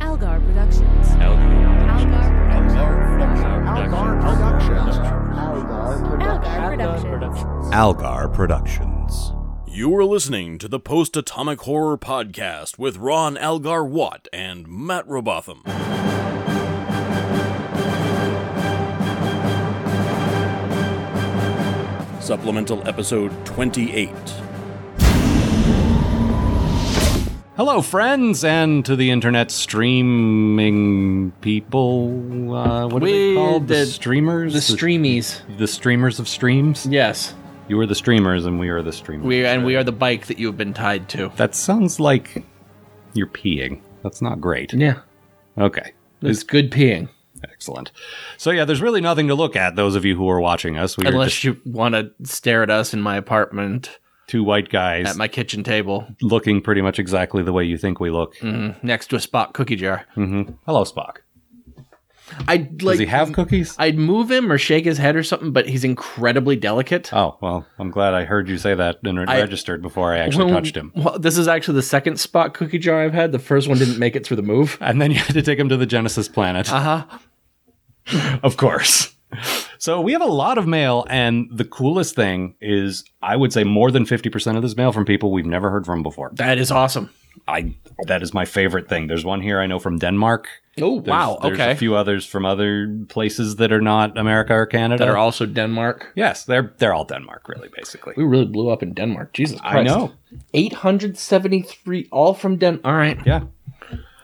Algar Productions. Algar Algar Productions. Algar Productions. You are listening to the Post Atomic Horror Podcast with Ron Algar Watt and Matt Robotham. Supplemental Episode 28. Hello, friends, and to the internet streaming people. Uh, what are they We called? The, did- streamers? The streamies. The streamers of streams? Yes. You are the streamers, and we are the streamers. We and we are the bike that you have been tied to. That sounds like you're peeing. That's not great. Yeah. Okay. It's good peeing. Excellent. So, yeah, there's really nothing to look at, those of you who are watching us. We are Unless just you want to stare at us in my apartment two white guys at my kitchen table looking pretty much exactly the way you think we look. Mm. Mm-hmm. next to a Spock cookie jar. Hello, Spock. I'd Hmm. Does like mm, he have cookies? I'd move him or shake his head or something, but he's incredibly delicate. Oh, well, I'm glad I heard you say that and re- I- registered before I actually Well, touched him. Well, this is actually the second Spock cookie jar I've had. The first one didn't make it through the move. And then you had to take him to the Genesis planet. Uh Uh-huh. huh. of course. So we have a lot of mail, and the coolest thing is, I would say more than fifty percent of this mail from people we've never heard from before. That is awesome. I that is my favorite thing. There's one here I know from Denmark. Oh There's, wow! There's okay. a few others from other places that are not America or Canada. that are also Denmark. yes, they're they're all Denmark, really, basically. We really blew up in Denmark. Jesus Christ. I know. 873 all from Den. All right. Yeah.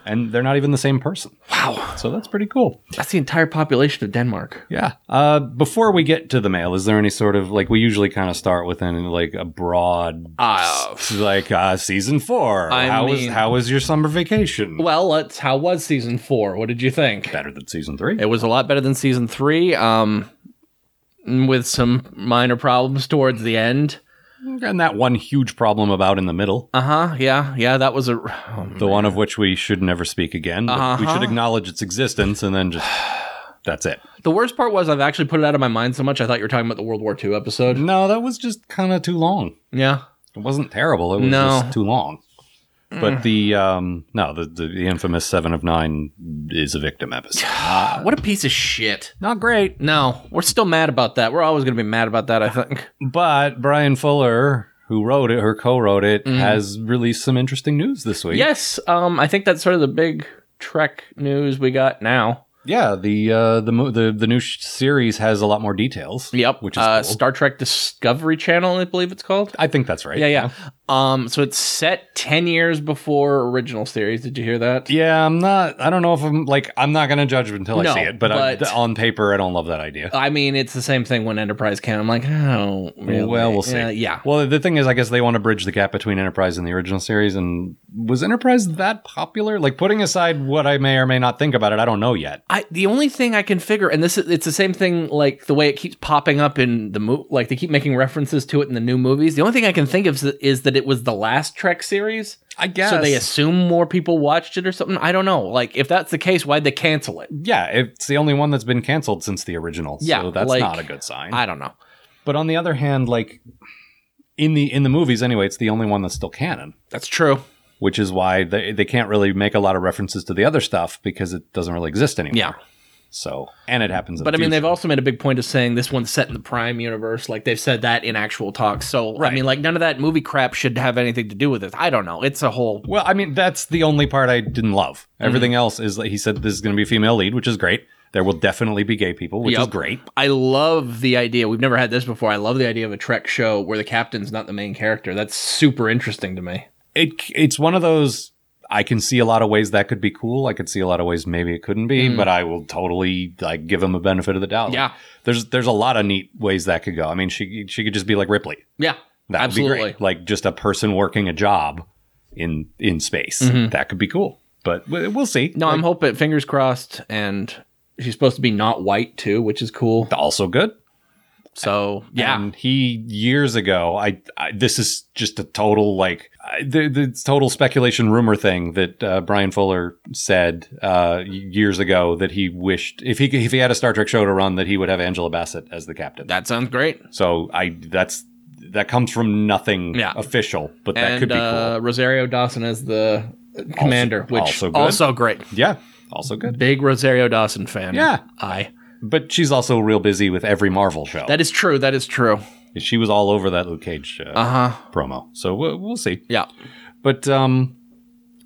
And they're not even the same person. Wow. So that's pretty cool. That's the entire population of Denmark. Yeah. Uh, before we get to the mail, is there any sort of like we usually kind of start with an like a broad Uh, s- like uh, season four? I how was mean- how was your summer vacation? Well, let's how was season 4? What did you think? Better than season three. It was a lot better than season 3 um with some minor problems towards the end. and that one huge problem about in the middle, Uh-huh. Yeah. Yeah, that was a um, Oh, the one of which we should never speak again. but We Uh-huh. should acknowledge its existence and then just that's it. The worst part was I've actually put it out of my mind so much I thought you were talking about the World War II episode. No, that was just kind of too long. Yeah. It wasn't terrible. It was No. Mm. just too long. But the um no the, the the infamous seven of nine is a victim episode. Ah, What a piece of shit. Not great. No, we're still mad about that. We're always going to be mad about that, I think. But Brian Fuller, who wrote it, her co-wrote it, Mm-hmm. has released some interesting news this week. Yes, um, I think that's sort of the big Trek news we got now. yeah. The uh, the mo- the the new sh- series has a lot more details. which is uh, cool. Star Trek Discovery Channel, I believe it's called. I think that's right. Yeah, yeah. Um, so it's set ten years before original series. Did you hear that? Yeah, I'm not. I don't know if I'm like. I'm not gonna judge until No, I see it. But, I, but- on paper, I don't love that idea. I mean, it's the same thing when Enterprise came. I'm like, oh, really? Well, we'll see. Yeah, yeah. Well, the thing is, I guess they want to bridge the gap between Enterprise and the original series. And was Enterprise that popular? Like, putting aside what I may or may not think about it, I don't know yet. I, the only thing I can figure, and this is, it's the same thing, like the way it keeps popping up in the mo- like they keep making references to it in the new movies. The only thing I can think of is, is that it was the last Trek series. I guess. So they assume more people watched it or something. I don't know. Like if that's the case, why'd they cancel it? Yeah, it's the only one that's been canceled since the original. Yeah, so that's like- not a good sign. I don't know. but on the other hand, like in the in the movies anyway, it's the only one that's still canon, That's true. which is why they they can't really make a lot of references to the other stuff because it doesn't really exist anymore. Yeah. So and it happens. In But I the mean, they've future. also made a big point of saying this one's set in the Prime universe. Like they've said that in actual talks. So I Right. mean, like none of that movie crap should have anything to do with it. I don't know. It's a whole. Well, I mean, that's the only part I didn't love. Mm-hmm. Everything else is like he said this is going to be a female lead, which is great. There will definitely be gay people, which is Yep. great. I love the idea. We've never had this before. I love the idea of a Trek show where the captain's not the main character. That's super interesting to me. it it's one of those I can see a lot of ways that could be cool. I could see a lot of ways maybe it couldn't be, but I will totally like give him a benefit of the doubt. Like, Mm. Yeah. there's there's a lot of neat ways that could go. I mean, she she could just be like Ripley. Yeah, That would be absolutely. great. Like just a person working a job in in space. That could be cool. But we- we'll see. Mm-hmm. No, I'm hoping. Fingers crossed. And she's supposed to be not white too, which is cool. Also good. So yeah, And he years ago, I, I this is just a total like I, the, the total speculation rumor thing that uh, Brian Fuller said uh, years ago that he wished if he if he had a Star Trek show to run that he would have Angela Bassett as the captain. that sounds great. so I that's that comes from nothing Yeah. official, but that and could be uh, cool. Rosario Dawson as the Commander, which also also, good. great. Yeah, also good. Big Rosario Dawson fan. Yeah. I. But she's also real busy with every Marvel show. That is true. That is true. she was all over that Luke Cage uh, Uh huh. promo. So we'll, we'll see. Yeah. But um,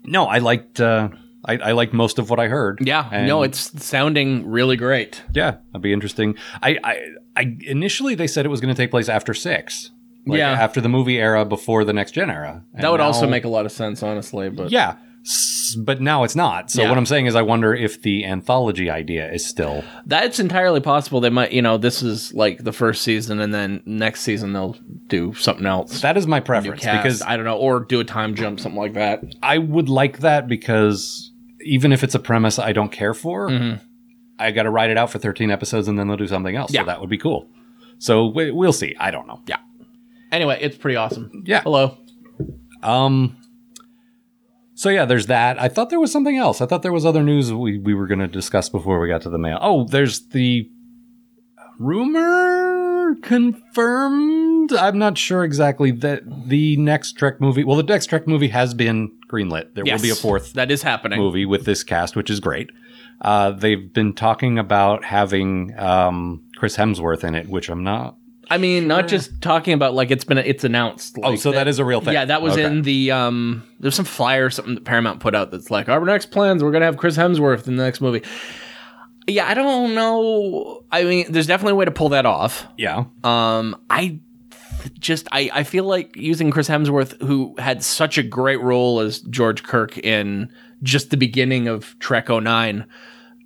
no, I liked uh, I, I liked most of what I heard. Yeah. And- no, it's sounding really great. yeah, that'd be interesting. I I, I initially they said it was going to take place after six. Yeah. after the movie era, before the next gen era. And that would now- also make a lot of sense, honestly. But yeah. S- But now it's not. So Yeah. what I'm saying is, I wonder if the anthology idea is still that's entirely possible. They might, you know, this is like the first season, and then next season they'll do something else. that is my New preference cast, because I don't know, or do a time jump, something like that. I would like that because even if it's a premise I don't care for, I got to ride it out for 13 episodes and then they'll do something else. Mm-hmm. Yeah. So that would be cool. So we, we'll see. I don't know. Yeah. Anyway, it's pretty awesome. Yeah. Hello. Um. So yeah, there's that. I thought there was something else. I thought there was other news we, we were going to discuss before we got to the mail. Oh, there's the rumor confirmed. I'm not sure exactly that the next Trek movie. Well, the next Trek movie has been greenlit. There will be a Yes. fourth That is happening. movie with this cast, which is great. Uh, they've been talking about having um, Chris Hemsworth in it, which I'm not. I mean, not just talking about like it's been it's announced. Oh, like, so that is a real thing. Yeah, that was Okay. in the um. There's some flyer or something that Paramount put out that's like our next plans. We're gonna have Chris Hemsworth in the next movie. Yeah, I don't know. I mean, there's definitely a way to pull that off. Yeah, Um, I just I I feel like using Chris Hemsworth, who had such a great role as George Kirk in just the beginning of Trek 09,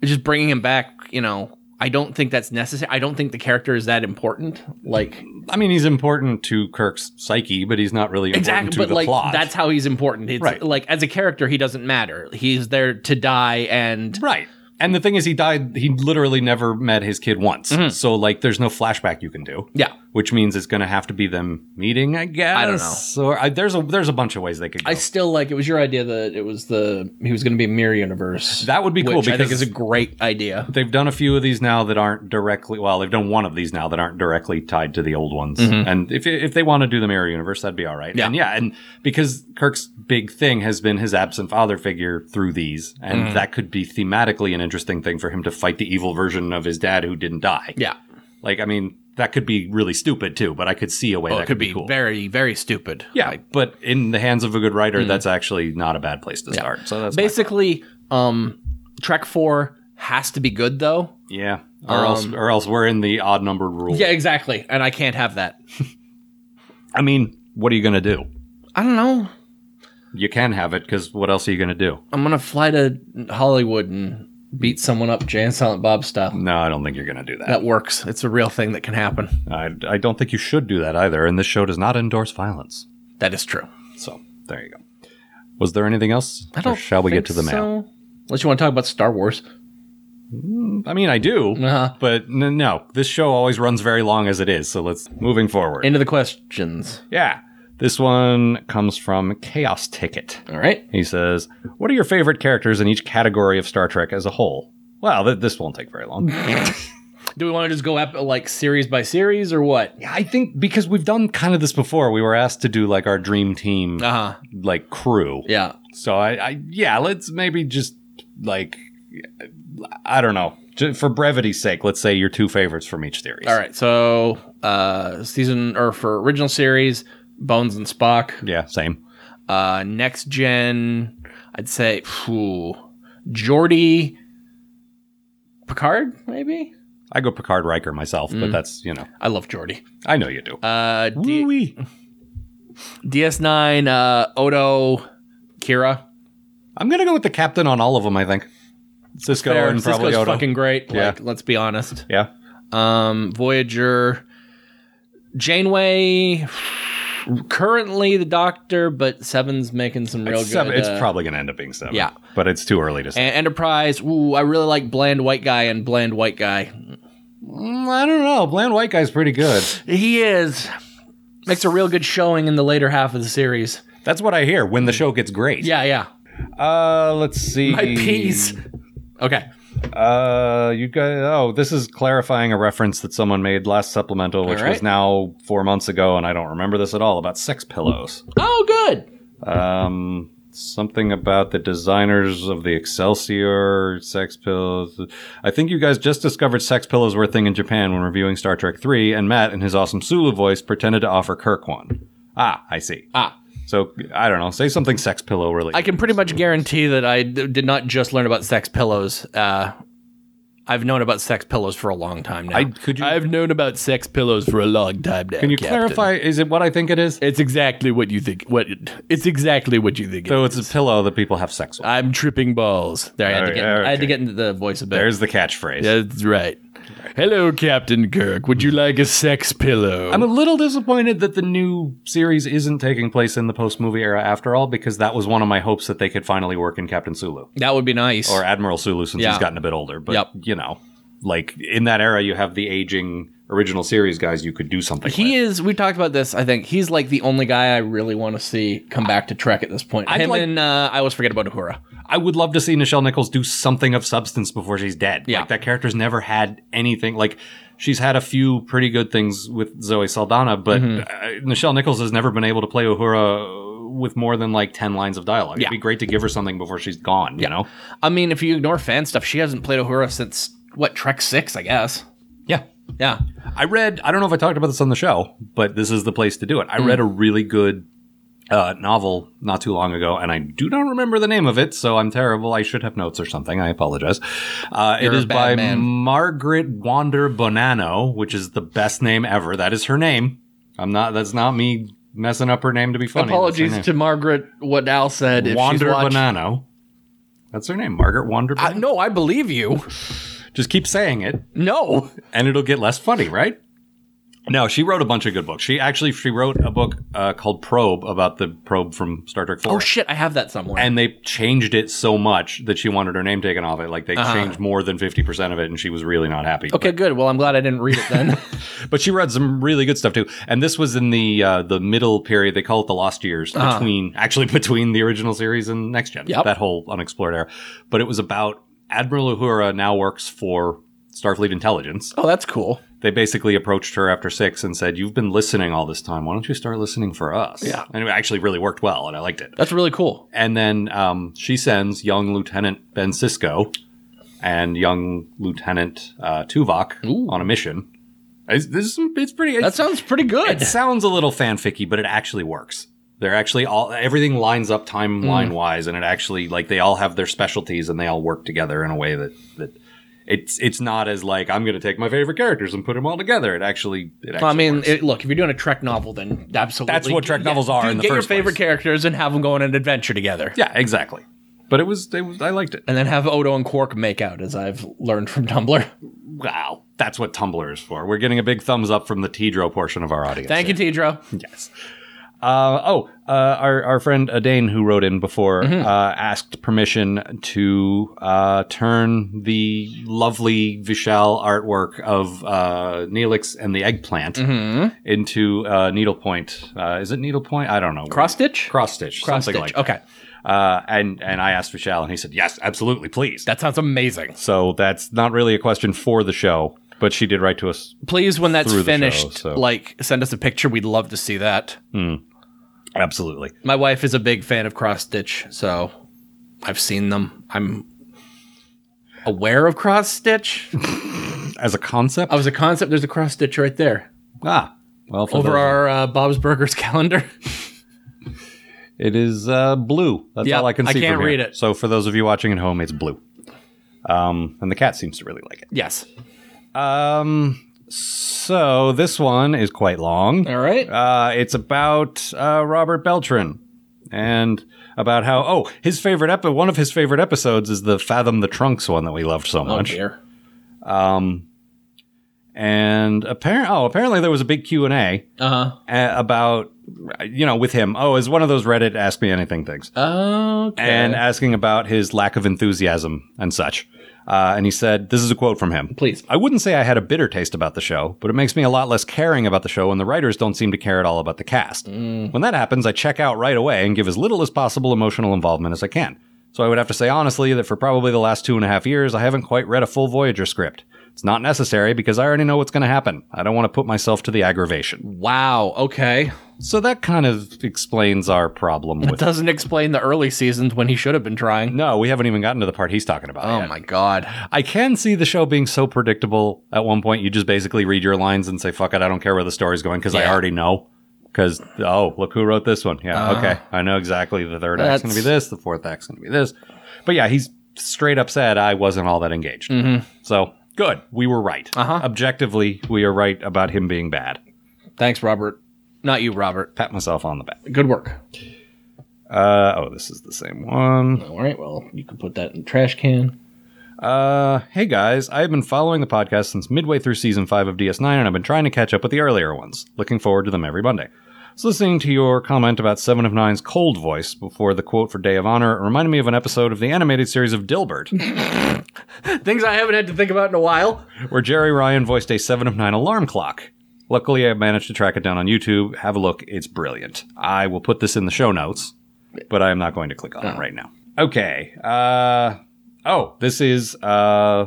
just bringing him back. You know, I don't think that's necessary. I don't think the character is that important. Like I mean he's important to Kirk's psyche, but he's not really important exactly to but the like plot. that's how he's important it's Right. like as a character he doesn't matter he's there to die and right. And the thing is, he died. He literally never met his kid once. So like, there's no flashback you can do. Mm-hmm. yeah Which means it's going to have to be them meeting, I guess. don't know. Or I, there's a there's a bunch of ways they could. Go. i still like it was your idea that it was the he was going to be a mirror universe that would be cool which because i think is a great idea they've done a few of these now that aren't directly well they've done one of these now that aren't directly tied to the old ones and if, if they want to do the mirror universe that'd be all right Mm-hmm. Yeah. and yeah and because kirk's big thing has been his absent father figure through these and Mm-hmm. that could be thematically an interesting thing for him to fight the evil version of his dad who didn't die yeah like i mean that could be really stupid too but i could see a way well, that it could be cool very very stupid yeah but in the hands of a good Mm-hmm. writer that's actually not a bad place to start so that's Basically, basically um trek 4 has to be good though yeah or else or else we're in the odd numbered rule Um, yeah exactly and i can't have that i mean what are you gonna do i don't know You can have it because what else are you going to do? i'm gonna fly to hollywood and beat someone up jay and silent bob style No, I don't think you're going to do that. that works it's a real thing that can happen I, I don't think you should do that either. And this show does not endorse violence. That is true. So there you go. Was there anything else? Or shall we get to the mail? Unless you want to talk about Star Wars. I mean, I do, Uh-huh. but n- no. This show always runs very long as it is. So let's moving forward. Into the questions. yeah, this one comes from Chaos Ticket. All right. He says, "What are your favorite characters in each category of Star Trek as a whole?" Well, th- this won't take very long. Do we want to just go up like series by series or what? Yeah, I think because we've done kind of this before. We were asked to do like our dream team, Uh huh. like crew. Yeah. So I, I, yeah, let's maybe just like, I don't know. Ju- For brevity's sake, let's say your two favorites from each series. All right. So, uh, season or for original series, Bones and Spock. Yeah, same. Uh, next gen, I'd say, phew, Geordi, Picard, maybe? I go Picard Riker myself, but that's, you know, I love Geordi. I know you do. Mm. Uh, D- Woo-wee. DS9, uh, Odo, Kira. I'm going to go with the captain on all of them, I think. Cisco Fair. and probably Cisco's Odo. fucking great. Yeah. Like, let's be honest. yeah. Um, Voyager, Janeway, currently the Doctor, but Seven's making some real It's, good. seven, it's uh, probably going to end up being seven. yeah. But it's too early to say. and Enterprise. Ooh, I really like Bland White Guy and Bland White Guy. Mm, I don't know. Bland White Guy's pretty good. He is makes a real good showing in the later half of the series. That's what I hear when the show gets great. Yeah, yeah. Uh, let's see. My peas. Okay. Uh, you guys. Oh, this is clarifying a reference that someone made last supplemental, which All right. was now four months ago, and I don't remember this at all about sex pillows. Oh, good. Um, Something about the designers of the Excelsior sex pills. I think you guys just discovered sex pillows were a thing in Japan when reviewing Star Trek 3, and Matt, in his awesome Sulu voice, pretended to offer Kirk one. Ah, I see. Ah. So, I don't know. Say something sex pillow related. I can pretty much guarantee that I d- did not just learn about sex pillows. Uh, I've known about sex pillows for a long time now. I- could you- I've known about sex pillows for a long time now. Can you Captain. clarify? Is it what I think it is? It's exactly what you think. What it's exactly what you think. it So, it's a pillow that people have sex with. I'm tripping balls. There, I had, to Alright, get, I had to okay. get into the voice a bit. There's the catchphrase. That's right. Hello, Captain Kirk. Would you like a sex pillow? I'm a little disappointed that the new series isn't taking place in the post movie era after all, because that was one of my hopes that they could finally work in Captain Sulu that would be nice. or Admiral Sulu since Yeah. he's gotten a bit older. But, Yep. you know, like in that era, you have the aging original series guys you could do something he with. is. We talked about this. I think he's like the only guy I really want to see come back to Trek at this point. I'd Him like- and uh, I always forget about Uhura. I would love to see Nichelle Nichols do something of substance before she's dead. Yeah. Like that character's never had anything. Like she's had a few pretty good things with Zoe Saldana, but Mm-hmm. uh, Nichelle Nichols has never been able to play Uhura with more than like 10 lines of dialogue. Yeah. It'd be great to give her something before she's gone, you know? I mean, if you ignore fan stuff, she hasn't played Uhura since what Trek Six, I guess. Yeah. Yeah, I read, I don't know if I talked about this on the show, but this is the place to do it. I Hmm. read a really good uh, novel not too long ago, and I do not remember the name of it, so I'm terrible. I should have notes or something. I apologize. Uh, it You're a is bad by man. Margaret Wander Bonanno, which is the best name ever. That is her name. I'm not, that's not me messing up her name to be funny. That's her Apologies name. to Margaret. What Al said. If Wander she's watched- Bonanno. That's her name, Margaret Wander I- Bonanno. no, I believe you. Just keep saying it. No, and it'll get less funny, right? No, she wrote a bunch of good books. She actually she wrote a book uh, called Probe about the probe from Star Trek Four. Oh shit, I have that somewhere. and they changed it so much that she wanted her name taken off it. Like they changed more than fifty percent of it, and she was really not happy. okay, good. Well, I'm glad I didn't read it then. But she read some really good stuff too. And this was in the uh, the middle period. They call it the lost years between actually between the original series and next gen. Yep. That whole unexplored era. But it was about Admiral Uhura now works for Starfleet Intelligence. oh, that's cool. they basically approached her after six and said, "You've been listening all this time. Why don't you start listening for us?" Yeah, and it actually really worked well, and I liked it. That's really cool. And then um, she sends young Lieutenant Ben Cisco and young Lieutenant uh, Tuvok Ooh. on a mission. It's, this is, it's pretty. That It's, sounds pretty good. it sounds a little fanficky, but it actually works. They're actually all everything lines up timeline Mm. wise, and it actually like they all have their specialties and they all work together in a way that that it's it's not as like I'm going to take my favorite characters and put them all together. It actually, it actually I mean, works. it, look, if you're doing a Trek novel, then absolutely. That's what Trek novels are dude, in the get first your place. favorite characters and have them go on an adventure together. yeah, exactly. But it was it was I liked it. And then have Odo and Quark make out, as I've learned from Tumblr. Wow, that's what Tumblr is for. We're getting a big thumbs up from the Tidro portion of our audience. Thank you, Tidro. Yes. Uh, oh, uh, our, our friend Adane, who wrote in before, Mm-hmm. uh, asked permission to uh, turn the lovely Vishal artwork of uh, Neelix and the eggplant Mm-hmm. into uh, needlepoint. Uh, is it needlepoint? I don't know. Cross stitch? Cross stitch. Cross something stitch. like okay, that. Uh, and, and I asked Vishal, and he said, yes, absolutely, please. that sounds amazing. so that's not really a question for the show, but she did write to us Please, when that's Through the show, finished, so. like send us a picture. We'd love to see that. absolutely. My wife is a big fan of cross stitch, so I've seen them. I'm aware of cross stitch. As a concept? I was a concept. There's a cross stitch right there ah. Well, for over those- our uh, Bob's Burgers calendar. It is uh, blue. That's Yeah, all I can I see. can't from here. read it. So for those of you watching at home, it's blue. Um, and the cat seems to really like it. yes. Um, so this one is quite long. All right. Uh, it's about uh, Robert Beltran and about how oh his favorite epi- one of his favorite episodes is the Fathom the Trunks one that we loved so oh much. dear. and apparently oh apparently there was a big Q and A Uh uh, about you know with him oh is one of those Reddit ask me anything things. huh. Okay. and asking about his lack of enthusiasm and such. Uh, and he said, This is a quote from him. Please. I wouldn't say I had a bitter taste about the show, but it makes me a lot less caring about the show when the writers don't seem to care at all about the cast. When that happens, I check out right away and give as little as possible emotional involvement as I can. So I would have to say honestly that for probably the last two and a half years, I haven't quite read a full Voyager script. It's It's not necessary because I already know what's going to happen. I don't want to put myself to the aggravation. Wow. Okay. So that kind of explains our problem It with. doesn't explain the early seasons when he should have been trying. No, we haven't even gotten to the part he's talking about. Oh yet. my god. I can see the show being so predictable. At one point, you just basically read your lines and say, "Fuck it, I don't care where the story's going because I Yeah. already know." Because oh, look who wrote this one. Yeah, Uh-huh. okay, I know exactly. The third act's going to be That's- this. The fourth act's going to be this. But yeah, he's straight up said I wasn't all that engaged. Mhm. So good, we were right. Uh-huh. Objectively, we are right about him being bad. Thanks, Robert. Not you, Robert. Pat myself on the back. Good work. Uh, oh, this is the same one. All right. Well, you can put that in the trash can. Uh, hey guys, I've been following the podcast since midway through season 5 of DS9, and I've been trying to catch up with the earlier ones. Looking forward to them every Monday. I was listening to your comment about Seven of Nine's cold voice before the quote for Day of Honor. It reminded me of an episode of the animated series of Dilbert, Things I haven't had to think about in a while. where Jerry Ryan voiced a Seven of Nine alarm clock. Luckily, I managed to track it down on YouTube. Have a look, it's brilliant. I will put this in the show notes, but I am not going to click on it right now. Okay. Uh, oh, this is uh,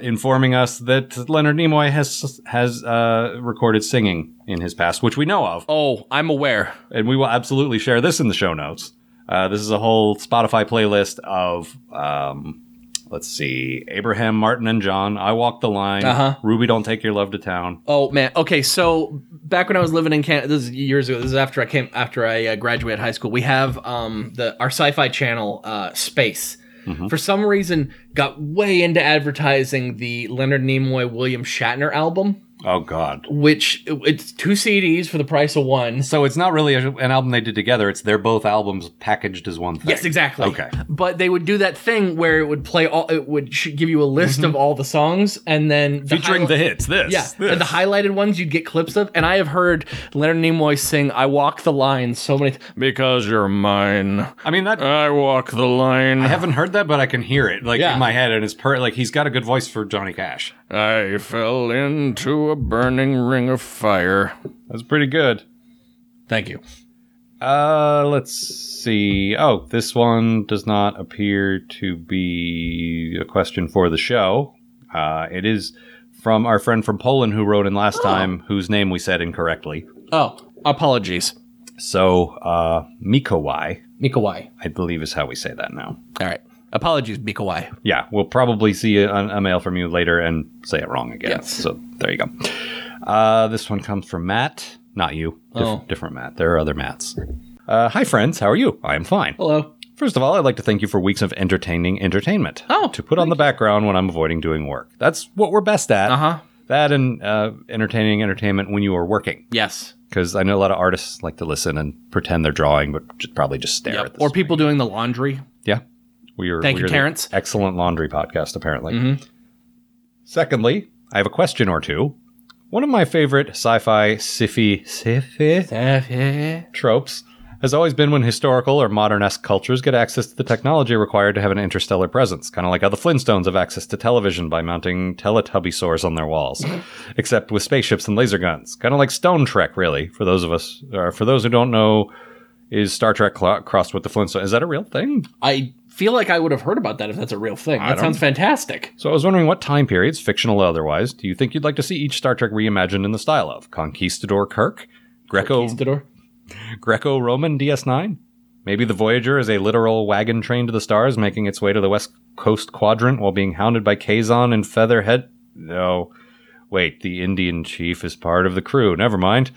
informing us that Leonard Nimoy has has uh, recorded singing in his past, which we know of, Oh, I'm aware. and we will absolutely share this in the show notes. Uh, this is a whole Spotify playlist of, um, let's see, Abraham, Martin, and John. I walk the line. Uh-huh. Ruby, don't take your love to town. Oh man. Okay, so back when I was living in Canada, this is years ago. This is after I came after I uh, graduated high school. We have um the our sci-fi channel uh Space. Mm-hmm. For some reason, got way into advertising the Leonard Nimoy William Shatner album, Oh God. which it's two CDs for the price of one. So it's not really a, an album they did together. It's they're both albums packaged as one thing. Yes, exactly. Okay. But they would do that thing where it would play all, it would sh- give you a list of all the songs, and then the Mm-hmm. Featuring highlight- the hits. This. Yeah, this. and the highlighted ones you'd get clips of, and I have heard Leonard Nimoy sing "I Walk the Line" so many. Th- because you're mine, I mean that. I walk the line. I haven't heard that, but I can hear it like Yeah. in my head, and it's per like he's got a good voice for Johnny Cash. I fell into a burning ring of fire. That's pretty good. Thank you. Uh, let's see. Oh, this one does not appear to be a question for the show. Uh, it is from our friend from Poland who wrote in last time, whose name we said incorrectly. Oh, apologies, So, uh, Mikowai, Mikawai. I believe is how we say that now. All right, apologies, Mikawai. yeah, we'll probably see a, a mail from you later and say it wrong again. Yes. So there you go. Uh, this one comes from Matt, not you, Dif- Oh. different Matt. There are other Matts. Uh, hi, friends. How are you? I am fine. Hello. First of all, I'd like to thank you for weeks of entertaining entertainment. Oh, to put on the background when I'm avoiding doing work. That's what we're best at. Uh huh. That and uh, entertaining entertainment when you are working, Yes. because I know a lot of artists like to listen and pretend they're drawing, but just probably just stare Yep. at this. Or people doing the laundry. Yeah. We are, Thank we you, are the Terrence. Mm-hmm. Excellent laundry podcast, apparently. Secondly, I have a question or two. One of my favorite sci-fi sci-fi, sci-fi eh. tropes has always been when historical or modern-esque cultures get access to the technology required to have an interstellar presence, kind of like how the Flintstones have access to television by mounting Teletubby sores on their walls, except with spaceships and laser guns. Kind of like Stone Trek, really, for those of us, or for those who don't know, is Star Trek clo- crossed with the Flintstones. Is that a real thing? I feel like I would have heard about that if that's a real thing. That don't- sounds fantastic. So I was wondering what time periods, fictional or otherwise, do you think you'd like to see each Star Trek reimagined in the style of Conquistador Kirk, Greco Conquistador. Greco Roman DS9? Maybe the Voyager is a literal wagon train to the stars, making its way to the West Coast Quadrant while being hounded by Kazon and Featherhead. No, wait, the Indian chief is part of the crew. Never mind.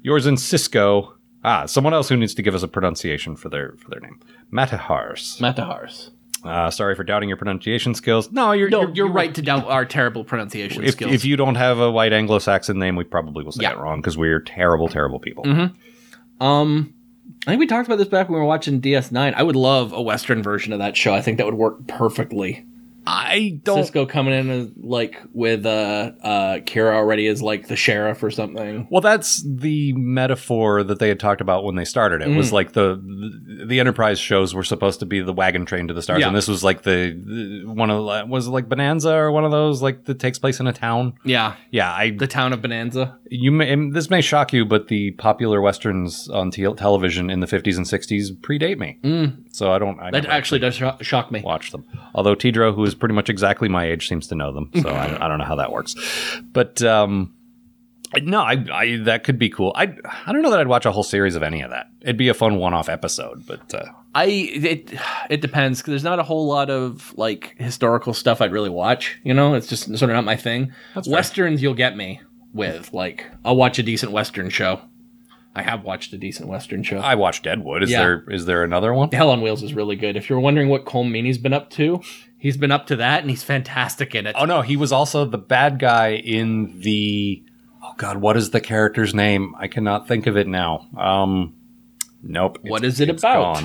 Yours in Cisco. Ah, someone else who needs to give us a pronunciation for their for their name. Matahars. Matahars. Uh, sorry for doubting your pronunciation skills. No, you're No, you're, you're, right to doubt our terrible pronunciation if, skills. if you don't have a white Anglo-Saxon name, we probably will say Yeah. Mm-hmm. it wrong because we're terrible, terrible people. um, I think we talked about this back when we were watching DS9. I would love a Western version of that show. I think that would work perfectly. I don't. Cisco coming in as, like with uh, uh, Kira already is like the sheriff or something. Well, that's the metaphor that they had talked about when they started. It Mm. was like the, the the Enterprise shows were supposed to be the wagon train to the stars, Yeah. and this was like the, the- one of the- was it like Bonanza or one of those like that takes place in a town. Yeah, Yeah, I the town of Bonanza. you may, and this may shock you, but the popular westerns on te- television in the fifties and sixties predate me, Mm. so I don't. I That never actually does sho- shock me. watch them. Although Tidro, who is who's pretty much exactly my age seems to know them. So I, I don't know how that works, but um, I- no, I, I that could be cool. I I don't know that I'd watch a whole series of any of that. It'd be a fun one-off episode, but uh, I it it depends 'cause there's not a whole lot of like historical stuff I'd really watch. You know, it's just sort of not my thing. Westerns, you'll get me with like I'll watch a decent Western show. I have watched a decent Western show. I watch Deadwood. Is Yeah. there is there another one? Hell on Wheels is really good. If you're wondering what Cole Meany's been up to, he's been up to that and he's fantastic in it. Oh no, he was also the bad guy in the. Oh God, what is the character's name? I cannot think of it now. Um, nope. What It's- is it it's about?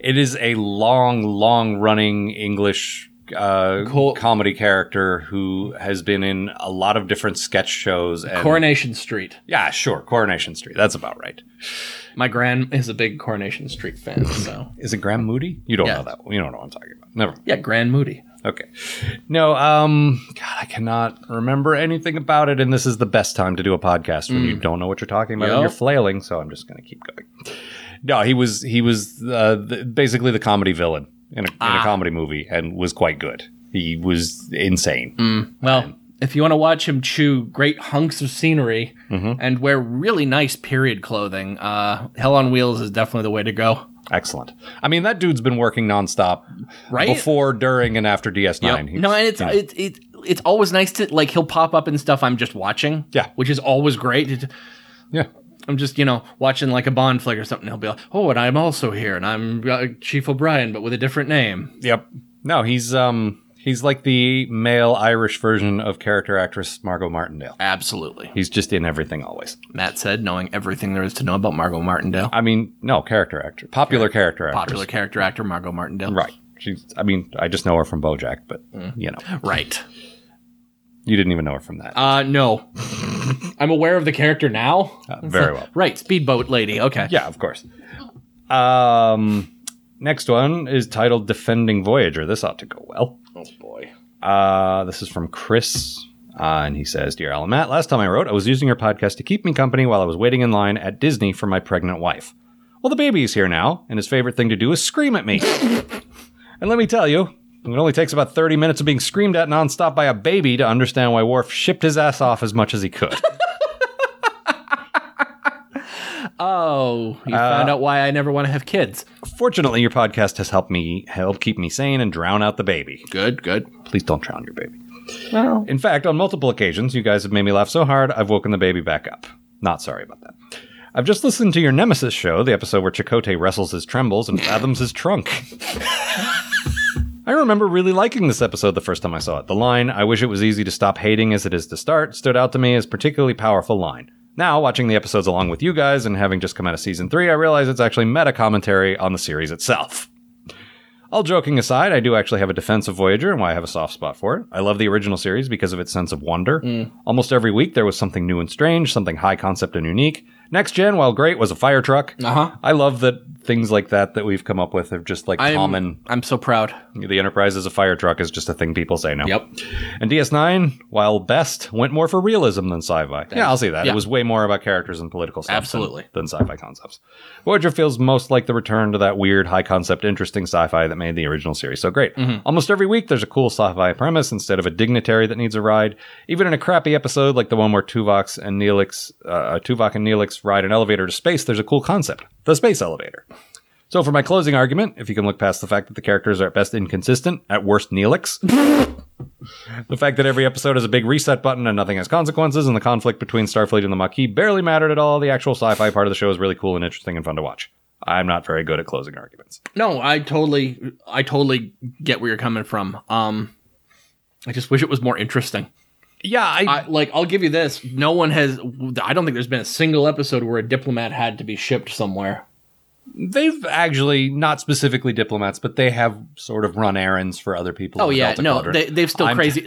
It is a long, long running English uh, Col- comedy character who has been in a lot of different sketch shows. And, Coronation Street. Yeah, sure. Coronation Street. That's about right. My grand is a big Coronation Street fan, so Is it Graham Moody? You don't Yeah. know that. You don't know what I'm talking about. Never. mind. yeah, Grand Moody. Okay. No, um, God, I cannot remember anything about it, and this is the best time to do a podcast when you Mm. don't know what you're talking about and Yep. you're flailing. So I'm just going to keep going. No, he was he was uh, the, basically the comedy villain in a, Ah. in a comedy movie, and was quite good. He was insane. Mm. Well, if you want to watch him chew great hunks of scenery Mm-hmm. and wear really nice period clothing, uh, Hell on Wheels is definitely the way to go. Excellent. I mean, that dude's been working nonstop, Right? Before, during, and after DS9. He's- No, and it's yeah. it's it, it's always nice to like he'll pop up in stuff I'm just watching. Yeah. which is always great. It- yeah. I'm just you know watching like a Bond flick or something. He'll be like, oh, and I'm also here, and I'm uh, Chief O'Brien, but with a different name. Yep. No, he's um he's like the male Irish version of character actress Margot Martindale. Absolutely. He's just in everything always. Matt said, knowing everything there is to know about Margot Martindale, I mean, no, character actor, popular character actress. popular character actor Margot Martindale. Right. She's. I mean, I just know her from BoJack, but you know, Right. you didn't even know her from that. Uh, no. I'm aware of the character now. Uh, very well. Right, speedboat lady. Okay. Yeah, of course. Um, next one is titled "Defending Voyager." This ought to go well. Oh boy. Uh, this is from Chris. Uh, and he says, Dear Alan Matt, last time I wrote, I was using your podcast to keep me company while I was waiting in line at Disney for my pregnant wife. Well, the baby is here now, and his favorite thing to do is scream at me. and let me tell you, it only takes about 30 minutes of being screamed at nonstop by a baby to understand why Worf shipped his ass off as much as he could. Oh, Uh, you found out why I never want to have kids. Fortunately, your podcast has helped me help keep me sane and drown out the baby. Good, good. Please don't drown your baby. In fact, on multiple occasions, you guys have made me laugh so hard, I've woken the baby back up. Not sorry about that. I've just listened to your Nemesis show, the episode where Chakotay wrestles his trembles and fathoms his trunk. I remember really liking this episode the first time I saw it. The line, I wish it was easy to stop hating as it is to start, stood out to me as a particularly powerful line. Now, watching the episodes along with you guys and having just come out of season three, I realize it's actually meta commentary on the series itself. All joking aside, I do actually have a defense of Voyager and why I have a soft spot for it. I love the original series because of its sense of wonder. Almost every week there was something new and strange, something high concept and unique. Next Gen, while great, was a fire truck. Uh-huh. I love that things like that that we've come up with are just like I'm common. I'm so proud. The Enterprise as a fire truck is just a thing people say now. And DS9, while best, went more for realism than sci-fi. yeah, I'll see that. yeah. It was way more about characters and political stuff than- Absolutely. than, sci-fi concepts. Voyager feels most like the return to that weird, high concept, interesting sci-fi that made the original series so great. Mm-hmm. Almost every week, there's a cool sci-fi premise instead of a dignitary that needs a ride. Even in a crappy episode like the one where Tuvok's and Neelix, uh, Tuvok and Neelix ride an elevator to space, there's a cool concept: the space elevator. So, for my closing argument, if you can look past the fact that the characters are at best inconsistent, at worst Neelix, the fact that every episode has a big reset button and nothing has consequences, and the conflict between Starfleet and the Maquis barely mattered at all, the actual sci fi part of the show is really cool and interesting and fun to watch. I'm not very good at closing arguments. No, I totally I totally get where you're coming from. Um I just wish it was more interesting. Yeah, I like I'll give you this. No one has I don't think there's been a single episode where a diplomat had to be shipped somewhere. they've actually, not specifically diplomats, but they have sort of run errands for other people. in Oh the yeah, Delta no, Quadrant. they they've still I'm- crazy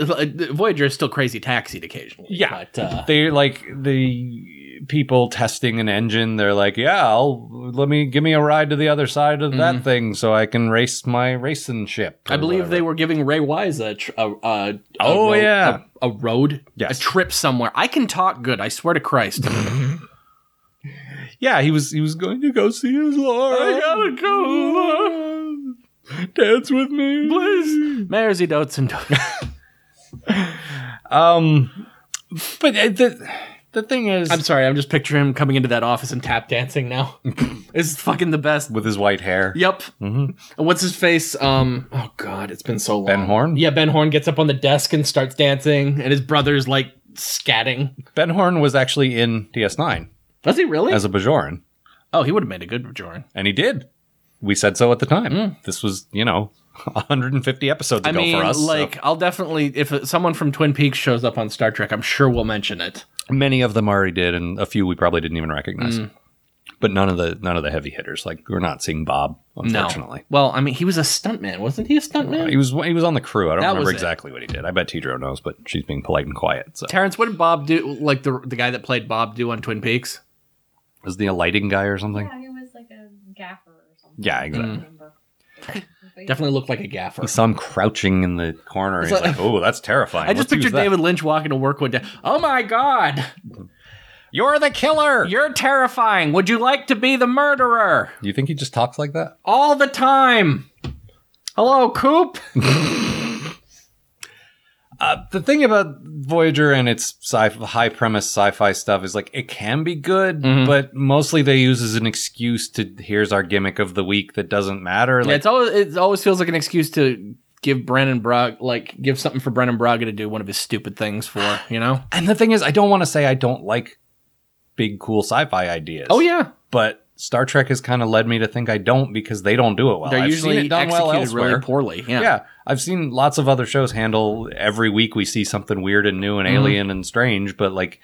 Voyager is still crazy taxied occasionally. Yeah. But uh They're like the people testing an engine. They're like, yeah, I'll, let me give me a ride to the other side of that thing so I can race my racing ship. Mm-hmm. I or believe whatever. they were giving Ray Wise a, tr- a, a, a Oh, road, yeah. a, a road Yes. a trip somewhere. I can talk good. I swear to Christ. Oh. Yeah, he was he was going to go see his Laura. gotta go. Dance with me, please. Mares, he dotes, and Um, but uh, the the thing is, I'm sorry, I'm just picturing him coming into that office and tap dancing now. it's fucking the best. with his white hair. Yep. Mhm. And what's his face? Um. Oh God, it's been so long. Ben Horn? Yeah, Ben Horn gets up on the desk and starts dancing, and his brother's like scatting. Ben Horn was actually in DS9 Was he really? as a Bajoran, oh, he would have made a good Bajoran. and he did. We said so at the time. This was, you know, 150 episodes I ago mean, for us. so like, I'll definitely if someone from Twin Peaks shows up on Star Trek, I'm sure we'll mention it. many of them already did, and a few we probably didn't even recognize. But none of the none of the heavy hitters. Like we're not seeing Bob, No. unfortunately. Well, I mean, he was a stuntman, wasn't he? A stuntman. He was he was on the crew. I don't That remember was it. exactly what he did. I bet Tidro knows, but she's being polite and quiet. So Terrence, what did Bob do? Like the the guy that played Bob do on Twin Peaks? was the a lighting guy or something? Yeah, it was like a gaffer or something. Yeah, I Mm. exactly. don't remember. Definitely looked like a gaffer. He saw him crouching in the corner. And It's he's like, "Oh, that's terrifying." I just Let's use pictured that." David Lynch walking to work one day. Oh my God, You're the killer. you're terrifying. Would you like to be the murderer you think he just talks like that? all the time? Hello, Coop. Uh, the thing about Voyager and its sci- high premise sci-fi stuff is like it can be good, Mhm. but mostly they use as an excuse to here's our gimmick of the week that doesn't matter. yeah, Like, it's always it always feels like an excuse to give Brennan Brog like give something for Brennan Braga to do one of his stupid things for. You know? and the thing is, I don't want to say I don't like big cool sci-fi ideas. Oh yeah, but Star Trek has kind of led me to think I don't because they don't do it well. they're I've usually seen it done executed well elsewhere. really poorly. Yeah. yeah. I've seen lots of other shows handle every week we see something weird and new and Mhm. alien and strange, but like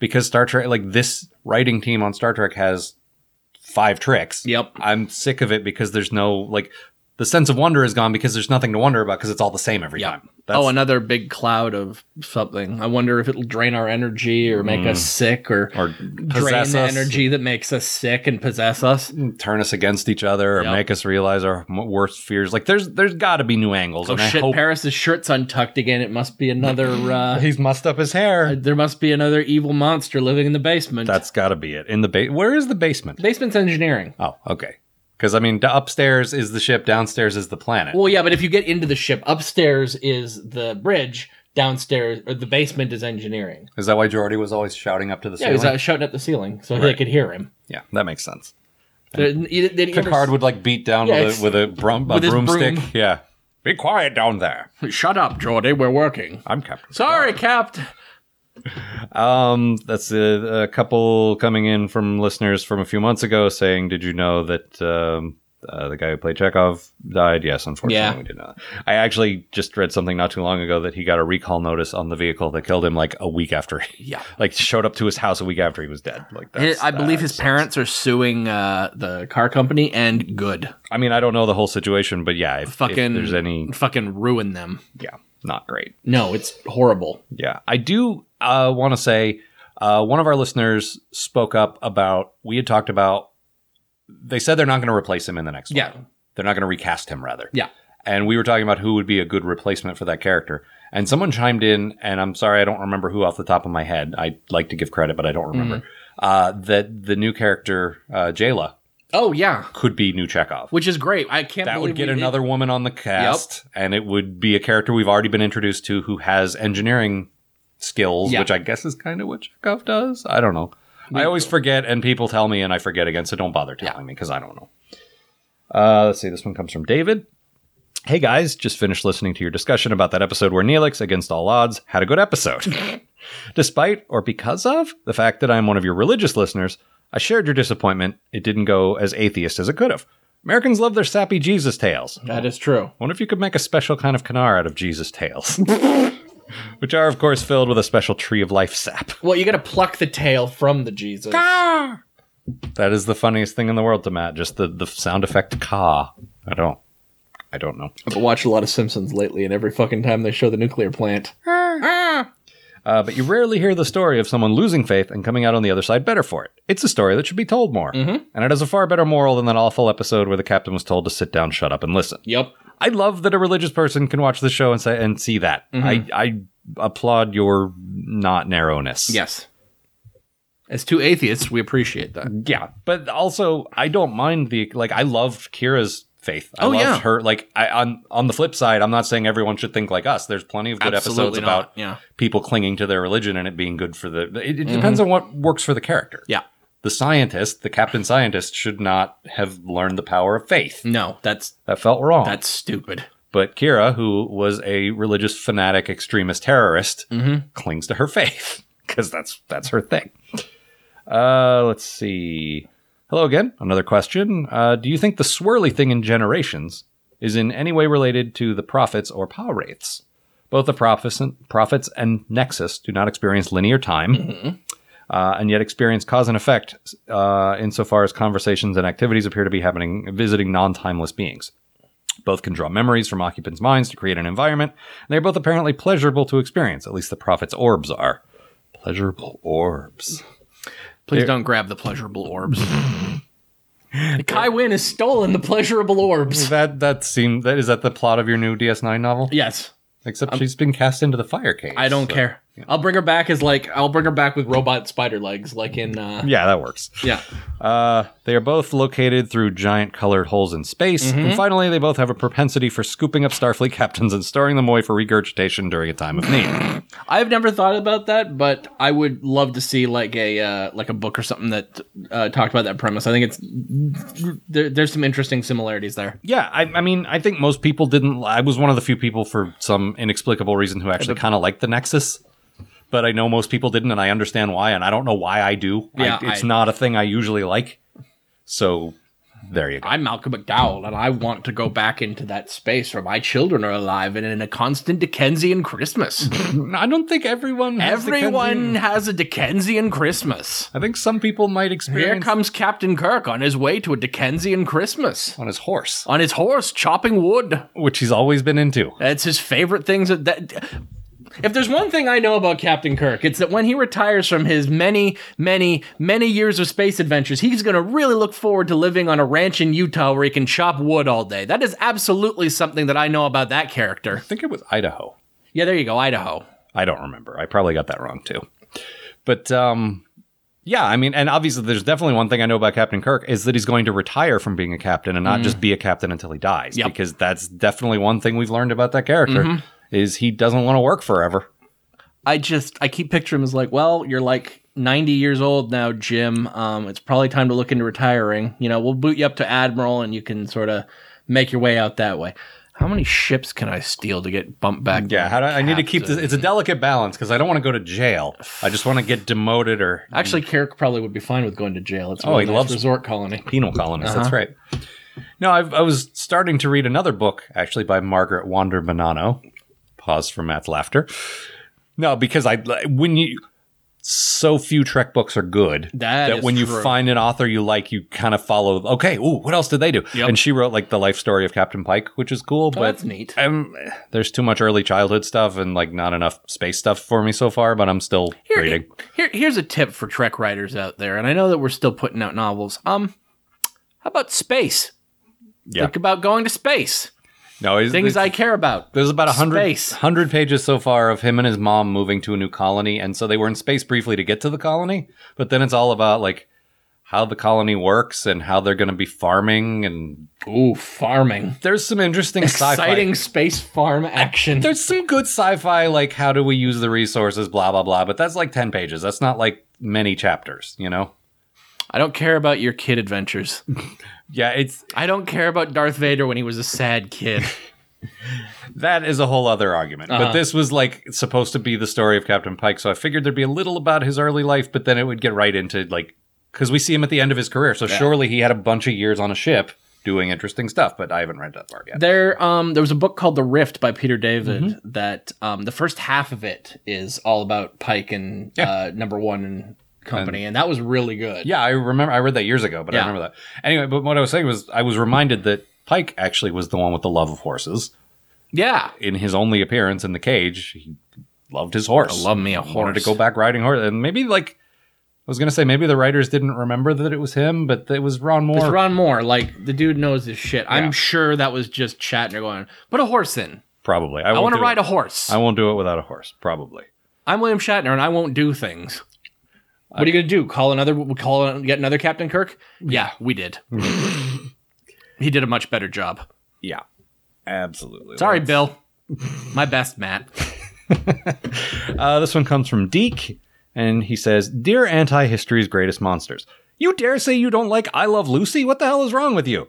because Star Trek, like this writing team on Star Trek has five tricks. Yep. I'm sick of it because there's no like the sense of wonder is gone because there's nothing to wonder about because it's all the same every Yeah. time. That's, oh, another big cloud of something. I wonder if it'll drain our energy or make us sick or, or drain Mm. possess the us, Mm, energy that makes us sick and possess us. turn us against each other, or Yep. make us realize our m- worst fears. Like there's there's got to be new angles. Oh and I shit, hope- Mm. Paris's shirt's untucked again. It must be another uh he's mussed up his hair. there must be another evil monster living in the basement. That's got to be it. In the ba- where is the basement? basement's engineering. Oh, okay. Because I mean, d- upstairs is the ship, downstairs is the planet. Well, yeah, but if you get into the ship, upstairs is the bridge, downstairs or the basement is engineering. is that why Geordi was always shouting up to the Yeah, he's ceiling? uh, shouting at the ceiling so they Right. could hear him. yeah, that makes sense. They- they- they- Picard would like beat down Yeah, with it's- a with a, brum- a with his broomstick. broom. Yeah, be quiet down there. shut up, Jordy. We're working. I'm Captain. Sorry, Captain. Um, that's a, a couple coming in from listeners from a few months ago saying, "Did you know that um, uh, the guy who played Chekhov died?" Yes, unfortunately, Yeah. we did not. I actually just read something not too long ago that he got a recall notice on the vehicle that killed him, like a week after. He, Yeah. like showed up to his house a week after he was dead. Like that's, I believe that his sucks. parents are suing uh, the car company, and good. I mean, I don't know the whole situation, but yeah, if, if Fucking, there's any, fucking ruin them. yeah, not great. No, it's horrible. Yeah, I do uh, want to say uh, one of our listeners spoke up about we had talked about. They said they're not going to replace him in the next Yeah. one. They're not going to recast him, rather. Yeah. And we were talking about who would be a good replacement for that character. And someone chimed in, and I'm sorry, I don't remember who off the top of my head. I'd like to give credit, but I don't remember. Mm-hmm. Uh, that the new character, uh, Jayla, Oh yeah, could be new Chekhov. which is great. I can't. that believe would get we did- another woman on the cast, and it would be a character we've already been introduced to who has engineering skills, Yeah. which I guess is kind of what Chekhov does. I don't know. I always forget, and people tell me, and I forget again, so don't bother telling me because I don't know. Uh, let's see. This one comes from David. Hey guys, just finished listening to your discussion about that episode where Neelix, against all odds, had a good episode. Despite or because of the fact that I'm one of your religious listeners, I shared your disappointment it didn't go as atheist as it could have. Americans love their sappy Jesus tales. That is true. Wonder if you could make a special kind of canar out of Jesus tales, which are, of course, filled with a special tree of life sap. Well, you got to pluck the tail from the Jesus. Ah! That is the funniest thing in the world to Matt. Just the, the sound effect ka. I don't. I don't know. I've watched a lot of Simpsons lately, and every fucking time they show the nuclear plant, Uh, but you rarely hear the story of someone losing faith and coming out on the other side better for it. It's a story that should be told more. Mm-hmm. And it has a far better moral than that awful episode where the captain was told to sit down, shut up, and listen. yep, I love that a religious person can watch the show and say and see that. Mm-hmm. I, I applaud your not narrowness. yes. As two atheists, we appreciate that. Yeah. But also I don't mind the like I loved Kira's Faith. I Oh, loved yeah. her. Like I on on the flip side, I'm not saying everyone should think like us. There's plenty of good episodes Absolutely not. about yeah. people clinging to their religion and it being good for the. It, it depends on what works for the character. Yeah. The scientist, the captain scientist, should not have learned the power of faith. No, that's That felt wrong. that's stupid. but Kira, who was a religious fanatic, extremist terrorist, Mm-hmm. clings to her faith because that's that's her thing. Uh, let's see. Hello again. Another question. Uh, do you think the swirly thing in Generations is in any way related to the prophets or power wraiths? Both the prophets and, prophets and Nexus do not experience linear time, uh, and yet experience cause and effect uh, insofar as conversations and activities appear to be happening, visiting non timeless beings. Both can draw memories from occupants' minds to create an environment, and they're both apparently pleasurable to experience. At least the prophet's orbs are. Pleasurable orbs. Please don't grab the pleasurable orbs. Kai Wynn has stolen the pleasurable orbs. That that seemed that is that the plot of your new DS9 novel? Yes, Except she's been cast into the fire cage. um, I don't so- care. I'll bring her back as like I'll bring her back with robot spider legs, like in uh, Yeah, that works. yeah. Uh, they are both located through giant colored holes in space. Mm-hmm. And finally, they both have a propensity for scooping up Starfleet captains and storing them away for regurgitation during a time of need. I've never thought about that, but I would love to see like a uh, like a book or something that uh, talked about that premise. I think it's there, there's some interesting similarities there. yeah, I, I mean, I think most people didn't. I was one of the few people for some inexplicable reason who actually kind of liked the Nexus. But I know most people didn't, and I understand why, and I don't know why I do. I- Yeah, it's I- not a thing I usually like. So there you go. I'm Malcolm McDowell, and I want to go back into that space where my children are alive and in a constant Dickensian Christmas. I don't think everyone. has the Everyone Kenzie- has a Dickensian Christmas. I think some people might experience Here comes Captain Kirk on his way to a Dickensian Christmas on his horse, on his horse chopping wood. which he's always been into. That's his favorite things. That, that if there's one thing I know about Captain Kirk, it's that when he retires from his many, many, many years of space adventures, he's going to really look forward to living on a ranch in Utah where he can chop wood all day. That is absolutely something that I know about that character. I think it was Idaho. Yeah, there you go, Idaho. I don't remember. I probably got that wrong too. But um yeah, I mean, and obviously there's definitely one thing I know about Captain Kirk is that he's going to retire from being a captain and not just be a captain until he dies. Yep. Because that's definitely one thing we've learned about that character is he doesn't want to work forever. I just I keep picturing him as like, well, you're like 90 years old now, Jim. Um, it's probably time to look into retiring. You know, we'll boot you up to admiral, and you can sort of make your way out that way. How many ships can I steal to get bumped back? Yeah, how do, I need to keep this. It's a delicate balance because I don't want to go to jail. I just want to get demoted or Actually, Carrick probably would be fine with going to jail. It's a Oh, really he nice loves- resort colony. penal colonists. That's Uh-huh. right. No, I've, I was starting to read another book actually by Margaret Wander Bonanno. Pause for Matt's laughter. No, because I when you so few Trek books are good That is when you true. find an author you like, you kind of follow. Okay, ooh, what else did they do? Yep. Oh, And she wrote like the life story of Captain Pike, which is cool. but that's neat. I'm- there's too much early childhood stuff and like not enough space stuff for me so far. But I'm still Here- reading. here, here's a tip for Trek writers out there, and I know that we're still putting out novels. Um, how about space? Yeah. Think about going to space. No, it's- Things it's- I care about. There's about a Space. 100 pages so far of him and his mom moving to a new colony. And so they were in space briefly to get to the colony. But then it's all about like how the colony works and how they're going to be farming. And Ooh, farming. there's some interesting Exciting sci-fi. space farm action. There's some good sci-fi, like how do we use the resources, blah, blah, blah. But that's like 10 pages. That's not like many chapters, you know? I don't care about your kid adventures. Yeah, it's I don't care about Darth Vader when he was a sad kid. that is a whole other argument. But Uh-huh. this was like supposed to be the story of Captain Pike, so I figured there'd be a little about his early life, but then it would get right into like because we see him at the end of his career, so surely he had a bunch of years on a ship doing interesting stuff. But I haven't read that part yet. There, um, there was a book called The Rift by Peter David that um, the first half of it is all about Pike and Yeah. uh, Number One and Company, and, that was really good. yeah, I remember I read that years ago, but I Yeah. remember that anyway. But what I was saying was I was reminded that Pike actually was the one with the love of horses yeah. in his only appearance in the cage. He loved his horse. I love me a wanted horse. to go back riding horse, and maybe like. I was gonna say maybe the writers didn't remember that it was him, but it was Ron Moore. It's Ron Moore. Like the dude knows his shit. Yeah. I'm sure that was just Shatner going, put a horse in. Probably. I want to ride a a horse. I won't do it without a horse. Probably. I'm William Shatner, and I won't do things. What are you gonna do? Call another? Call get another Captain Kirk? Yeah, we did. he did a much better job. Yeah, absolutely. Sorry, Let's- Bill. My best, Matt. Uh, this one comes from Deke, and he says, "Dear anti-history's greatest monsters, you dare say you don't like I Love Lucy? What the hell is wrong with you?"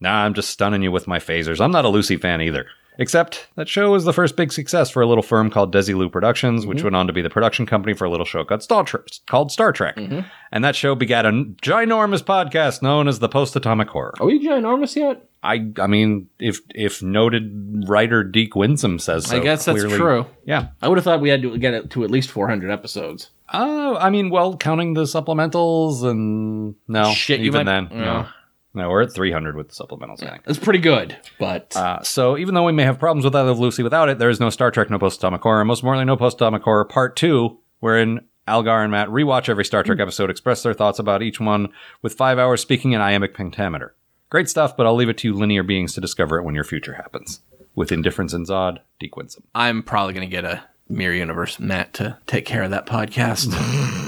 Nah, I'm just stunning you with my phasers. I'm not a Lucy fan either. Except that show was the first big success for a little firm called Desilu Productions, Mm-hmm. which went on to be the production company for a little show called Star Trek. Called Star Trek. Mm-hmm. And that show begat a n- ginormous podcast known as the Post Atomic Horror. Are we ginormous yet? I I mean, if if noted writer Deke Winsome says so. I guess that's clearly- true. Yeah. I would have thought we had to get it to at least 400 episodes. Oh, I mean, well, counting the supplementals and no, Shit, you even then, might- no. no, we're at 300 with the supplementals. I think. That's pretty good, but Uh, so even though we may have problems with I Love Lucy without it, there is no Star Trek, no Post Atomic Horror, and most importantly, no Post Atomic Horror Part Two, wherein Algar and Matt rewatch every Star Hmm. Trek episode, express their thoughts about each one, with five hours speaking in iambic pentameter. Great stuff, but I'll leave it to you linear beings to discover it when your future happens. With indifference and Zod, Deke Winsome. I'm probably going to get a Mirror Universe Matt to take care of that podcast.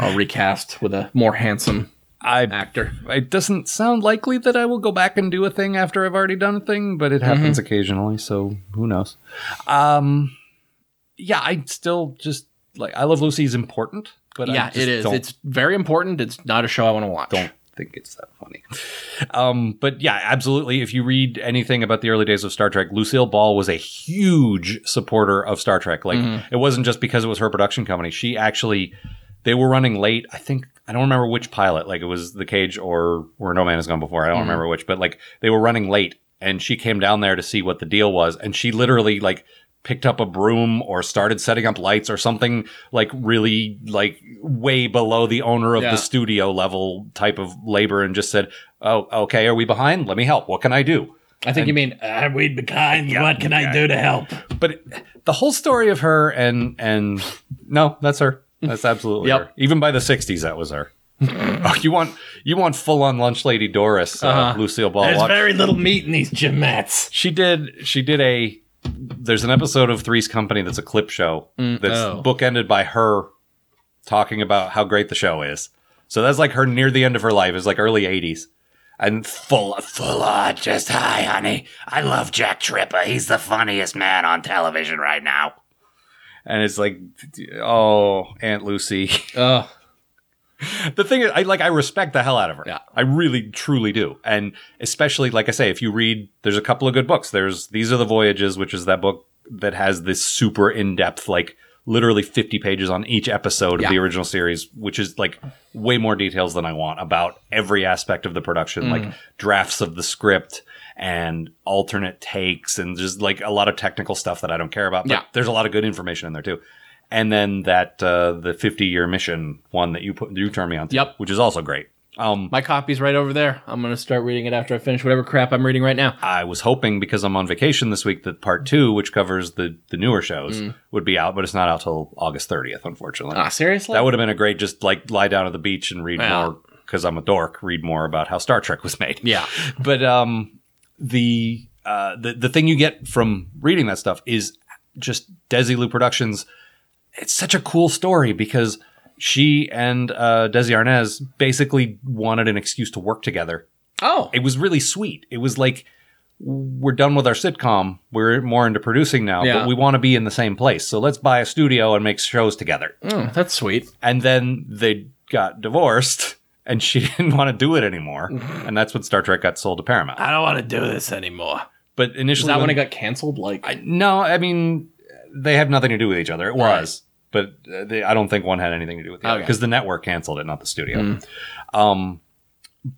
I'll recast with a more handsome I actor. it doesn't sound likely that I will go back and do a thing after I've already done a thing, but it Mm-hmm. happens occasionally, so who knows? Um, yeah, I still just like I love Lucy is important, but I yeah, just it is. Don't, It's very important. It's not a show I want to watch. don't think it's that funny. Um, but yeah, absolutely. If you read anything about the early days of Star Trek, Lucille Ball was a huge supporter of Star Trek. Like it wasn't just because it was her production company; she actually they were running late. I think I don't remember which pilot. Like it was The Cage or or No Man Has Gone Before. I don't remember which, but like they were running late, and she came down there to see what the deal was, and she literally like picked up a broom or started setting up lights or something like really like way below the owner of Yeah. the studio level type of labor and just said oh okay are we behind let me help what can i do I think you mean, uh, we'd be kind. what can I do to help? but the whole story of her and and no, that's her. That's absolutely Yep. her. Even by the '60s, that was her. oh, you want you want full on lunch lady Doris, uh, Uh-huh. Lucille Ball. Watch- little meat in these gymnats. she did she did a. There's an episode of Three's Company that's a clip show that's oh. bookended by her talking about how great the show is. So that's like her near the end of her life. It's like early '80s. And full, full on, just hi, honey. I love Jack Tripper. He's the funniest man on television right now. And it's like, oh, Aunt Lucy. Oh, the thing is, I like, I respect the hell out of her. Yeah. I really, truly do. And especially, like I say, if you read, there's a couple of good books. There's These Are the Voyages, which is that book that has this super in depth, like literally 50 pages on each episode Yeah. of the original series, which is like way more details than I want about every aspect of the production, Mm. like drafts of the script and alternate takes and just like a lot of technical stuff that I don't care about. But Yeah. there's a lot of good information in there too. And then that uh, the 50 year mission one that you put you turned me on to, Yep. which is also great. Um, my copy's right over there. I'm going to start reading it after I finish whatever crap I'm reading right now. I was hoping because I'm on vacation this week that part two, which covers the the newer shows, Mm. would be out, but it's not out till August 30th, unfortunately. Ah, seriously? that would have been a great just like lie down at the beach and read Yeah. more because I'm a dork. Read more about how Star Trek was made. yeah. but um, the uh, the the thing you get from reading that stuff is just Desilu Productions. It's such a cool story because she and uh, Desi Arnaz basically wanted an excuse to work together. Oh, It was really sweet. It was like we're done with our sitcom. We're more into producing now, Yeah. but we want to be in the same place. So let's buy a studio and make shows together mm, that's sweet. and then they got divorced and she didn't want to do it anymore and that's when star trek got sold to paramount I don't want to do this anymore. but Is initially that when- when it got canceled? Like, I- no i mean they have nothing to do with each other it was but uh, they, i don't think one had anything to do with the other Okay. Hmm. because the network canceled it not the studio um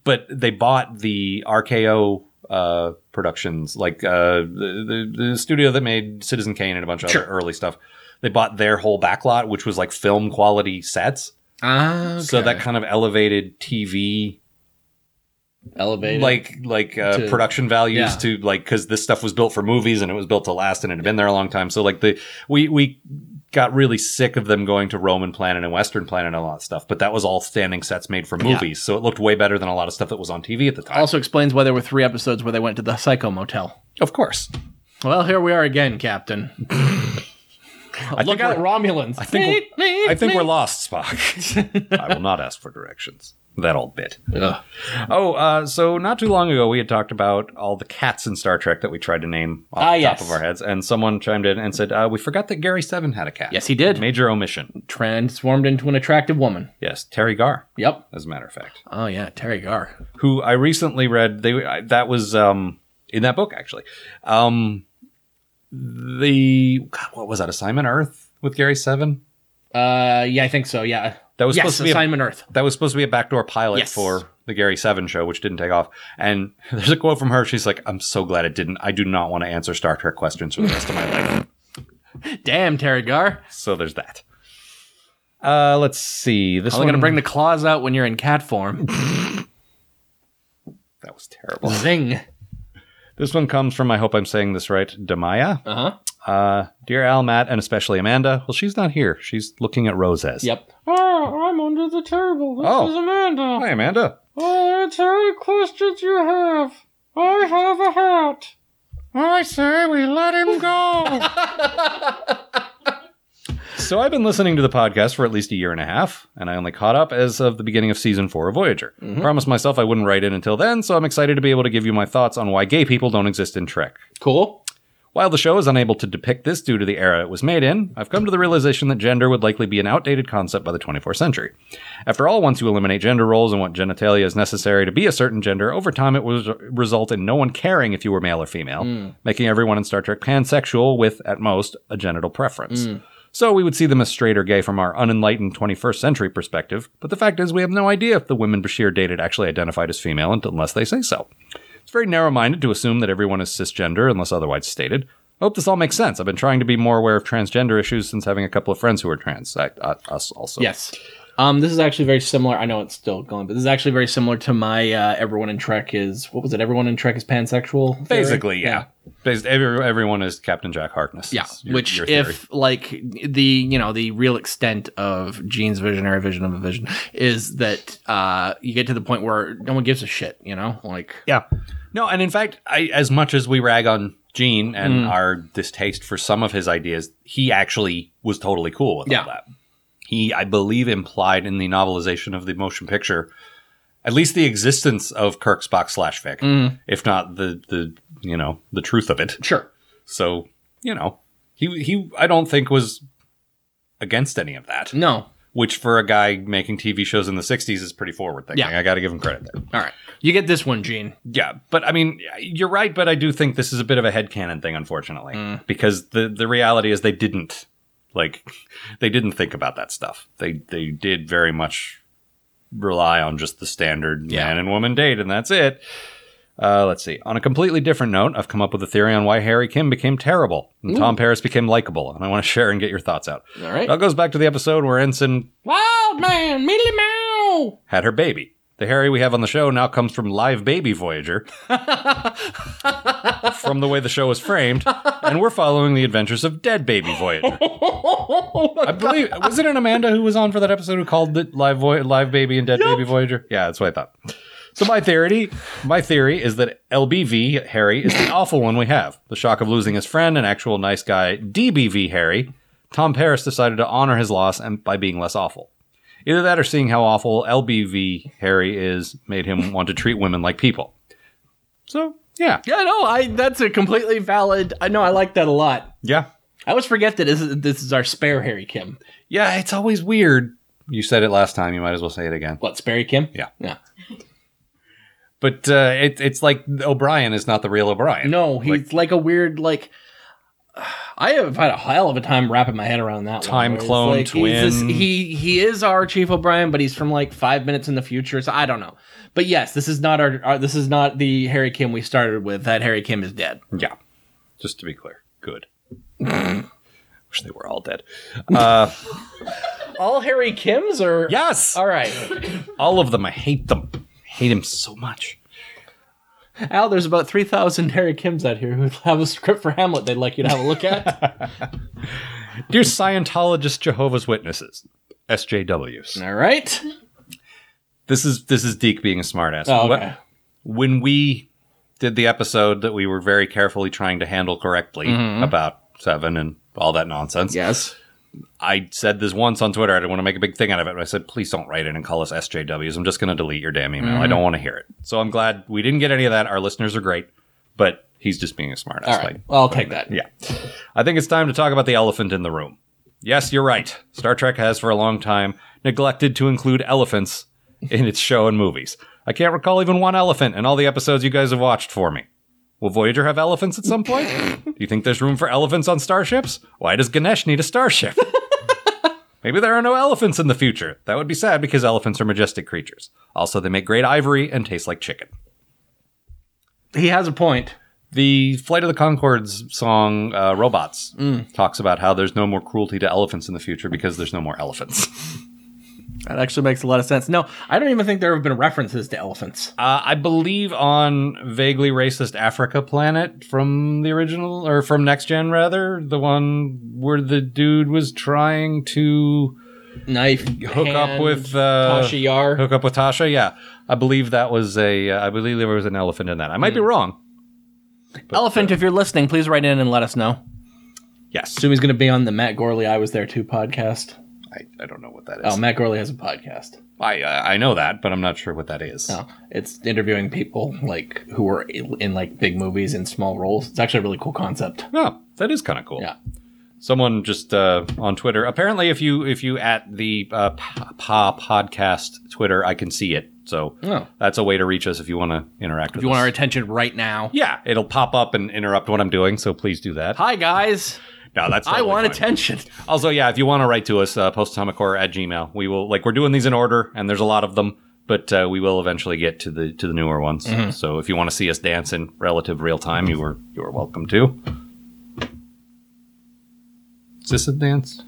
but they bought the rko uh productions like uh the, the, the studio that made citizen kane and a bunch of Sure. other early stuff they bought their whole backlot which was like film quality sets ah, so that kind of elevated TV elevated. like like uh, To- production values yeah. to like because this stuff was built for movies and it was built to last and it had been there a long time. So like the we we got really sick of them going to Roman Planet and Western Planet and a lot of stuff, but that was all standing sets made for movies, so it looked way better than a lot of stuff that was on TV at the time. also explains why there were three episodes where they went to the Psycho Motel. of course, Well, here we are again, Captain. I Look think out, we're- Romulans. I think we're- I think we're lost, Spock. I will not ask for directions. That old bit. Oh, uh, so not too long ago, we had talked about all the cats in Star Trek that we tried to name off Ah, the top yes. of our heads, and someone chimed in and said, uh, "We forgot that Gary Seven had a cat." Yes, he did. Major omission. Transformed into an attractive woman. Yes, Terry Gar, Yep. as a matter of fact, Oh yeah, Terry Gar. who I recently read. They I, that was um, in that book actually. Um, the God, what was that? Assignment Earth with Gary Seven. Uh, yeah, I think so. Yeah. That was yes, supposed to be a assignment Earth. that was supposed to be a backdoor pilot Yes. for the Gary Seven show, which didn't take off. And there's a quote from her. She's like, "I'm so glad it didn't. I do not want to answer Star Trek questions for the rest of my life." Damn, Terry Gar. So there's that. Uh, let's see. This Only one gonna bring the claws out when you're in cat form. that was terrible. Zing. this one comes from. I hope I'm saying this right. Demaya, Uh huh. uh, dear Al, Matt, and especially Amanda. Well, she's not here. She's looking at Roses. Yep. Ah, Oh, I'm under the table. This Oh. is Amanda. Hi, Amanda. Oh, answer any questions you have. I have a hat. I say we let him go. So I've been listening to the podcast for at least a year and a half, and I only caught up as of the beginning of season four of Voyager. Mm-hmm. Promised myself I wouldn't write in until then, so I'm excited to be able to give you my thoughts on why gay people don't exist in Trek. Cool. While the show is unable to depict this due to the era it was made in, I've come to the realization that gender would likely be an outdated concept by the 24th century. After all, once you eliminate gender roles and what genitalia is necessary to be a certain gender, over time it will result in no one caring if you were male or female, making everyone in Star Trek pansexual with, at most, a genital preference. So we would see them as straight or gay from our unenlightened 21st century perspective, but the fact is we have no idea if the women Bashir dated actually identified as female unless they say so. It's very narrow minded to assume that everyone is cisgender unless otherwise stated. I hope this all makes sense. I've been trying to be more aware of transgender issues since having a couple of friends who are trans. I, uh, us also. Yes. Um, this is actually very similar. I know it's still going, but this is actually very similar to my uh, everyone in Trek is what was it? Everyone in Trek is pansexual. theory? Basically, yeah. Bas- every, everyone is Captain Jack Harkness. Yeah, It's your- which your theory. if like the you know the real extent of Gene's visionary vision of a vision is that uh you get to the point where no one gives a shit, you know, like Yeah. No, and in fact, I, as much as we rag on Gene and Mm. our distaste for some of his ideas, he actually was totally cool with Yeah. all that. He, I believe, implied in the novelization of the motion picture at least the existence of Kirk's box slash fic, Mm. if not the the you know the truth of it. sure, So you know, he he, I don't think was against any of that. no, all Which for a guy making TV shows in the '60s is pretty forward thinking. Yeah. I got to give him credit there. right, you get this one, Gene. Yeah, but I mean, you're right, but I do think this is a bit of a headcanon thing, unfortunately, because the the reality is they didn't like they didn't think about that stuff. They they did very much rely on just the standard Yeah. man and woman date, and that's it. Uh, let's see. On a completely different note, I've come up with a theory on why Harry Kim became terrible and Tom Paris became likable, and I want to share and get your thoughts out. All right, It all goes back to the episode where Ensign Wild man, mealy mow. had her baby. The Harry we have on the show now comes from live baby Voyager, from the way the show was framed, and we're following the adventures of dead baby Voyager. I believe was it an Amanda who was on for that episode who called it live Voy- live baby and dead baby Voyager? Yeah, that's what I thought. So my theory, my theory is that LBV Harry is the awful one we have. The shock of losing his friend and actual nice guy DBV Harry. Tom Paris decided to honor his loss and by being less awful. Either that or seeing how awful LBV Harry is made him want to treat women like people. So, yeah. yeah, no, I that's a completely valid. uh, I know I like that a lot. Yeah. I always forget that this is, this is our spare Harry Kim. Yeah, it's always weird. You said it last time. You might as well say it again. What spare Harry Kim? Yeah. yeah. But uh, it, it's like O'Brien is not the real O'Brien. No, he's like, a weird like. I have had a hell of a time wrapping my head around that Time one, where it's clone, like, he's this- twin. he he is our Chief O'Brien, but he's from like five minutes in the future, so I don't know. But yes, this is not our, our this is not the Harry Kim we started with. That Harry Kim is dead. Yeah. Just to be clear. Good. Wish they were all dead. Uh, All Harry Kims are yes. All right, All of them. I hate them. I hate him so much. Al. There's about three thousand Harry Kims out here who have a script for Hamlet. They'd like you to have a look at. Dear Scientologists, Jehovah's Witnesses, SJWs. All right. This is this is Deke being a smartass. Oh, okay. When we Mm-hmm. did the episode that we were very carefully trying to handle correctly about seven and all that nonsense. Yes. I said this once on Twitter. I didn't want to make a big thing out of it, but I said, please don't write it and call us SJWs. I'm just going to delete your damn Mm-hmm. email. I don't want to hear it. So I'm glad we didn't get any of that. Our listeners are great, but he's just being a smartass. All right. Like, Well, I'll take that. yeah. I think it's time to talk about the elephant in the room. Yes, you're right. Star Trek has for a long time neglected to include elephants in its show and movies. I can't recall even one elephant in all the episodes you guys have watched for me. Will Voyager have elephants at some point? Do you think there's room for elephants on starships? Why does Ganesh need a starship? Maybe there are no elephants in the future. That would be sad because elephants are majestic creatures. Also, they make great ivory and taste like chicken. He has a point. The Flight of the Concords song uh, Robots Mm. talks about how there's no more cruelty to elephants in the future because there's no more elephants. That actually makes a lot of sense. No, I don't even think there have been references to elephants. Uh, I believe on vaguely racist Africa planet from the original, or from Next Gen rather, the one where the dude was trying to Knife. hook up hand, with uh, Tasha Yar. Hook up with Tasha, yeah. I believe that was a. Uh, I believe there was an elephant in that. I might Mm. be wrong. Elephant, if you're listening, please write in and let us know. Yes, Assume he's going to be on the Matt Gorley I Was There Too podcast. I, I don't know what that is. Oh, Matt Gorley has a podcast. I uh, I I know that, but I'm not sure what that is. No, it's interviewing people like who were in like big movies in small roles. It's actually a really cool concept. Oh, that is kind of cool. Yeah. Someone just uh, on Twitter. Apparently, if you if you at the uh, pa, pa podcast Twitter, I can see it. So Oh. that's a way to reach us if you want to interact. If with you want us. our attention right now. yeah, it'll pop up and interrupt what I'm doing. So please do that. Hi guys, No, that's I totally want fine. attention. Also, yeah, if you want to write to us, uh, postatomichorror at gmail. We will like we're doing these in order, and there's a lot of them, but uh, we will eventually get to the to the newer ones. Mm-hmm. So if you want to see us dance in relative real time, you are you are welcome to. Is this a dance?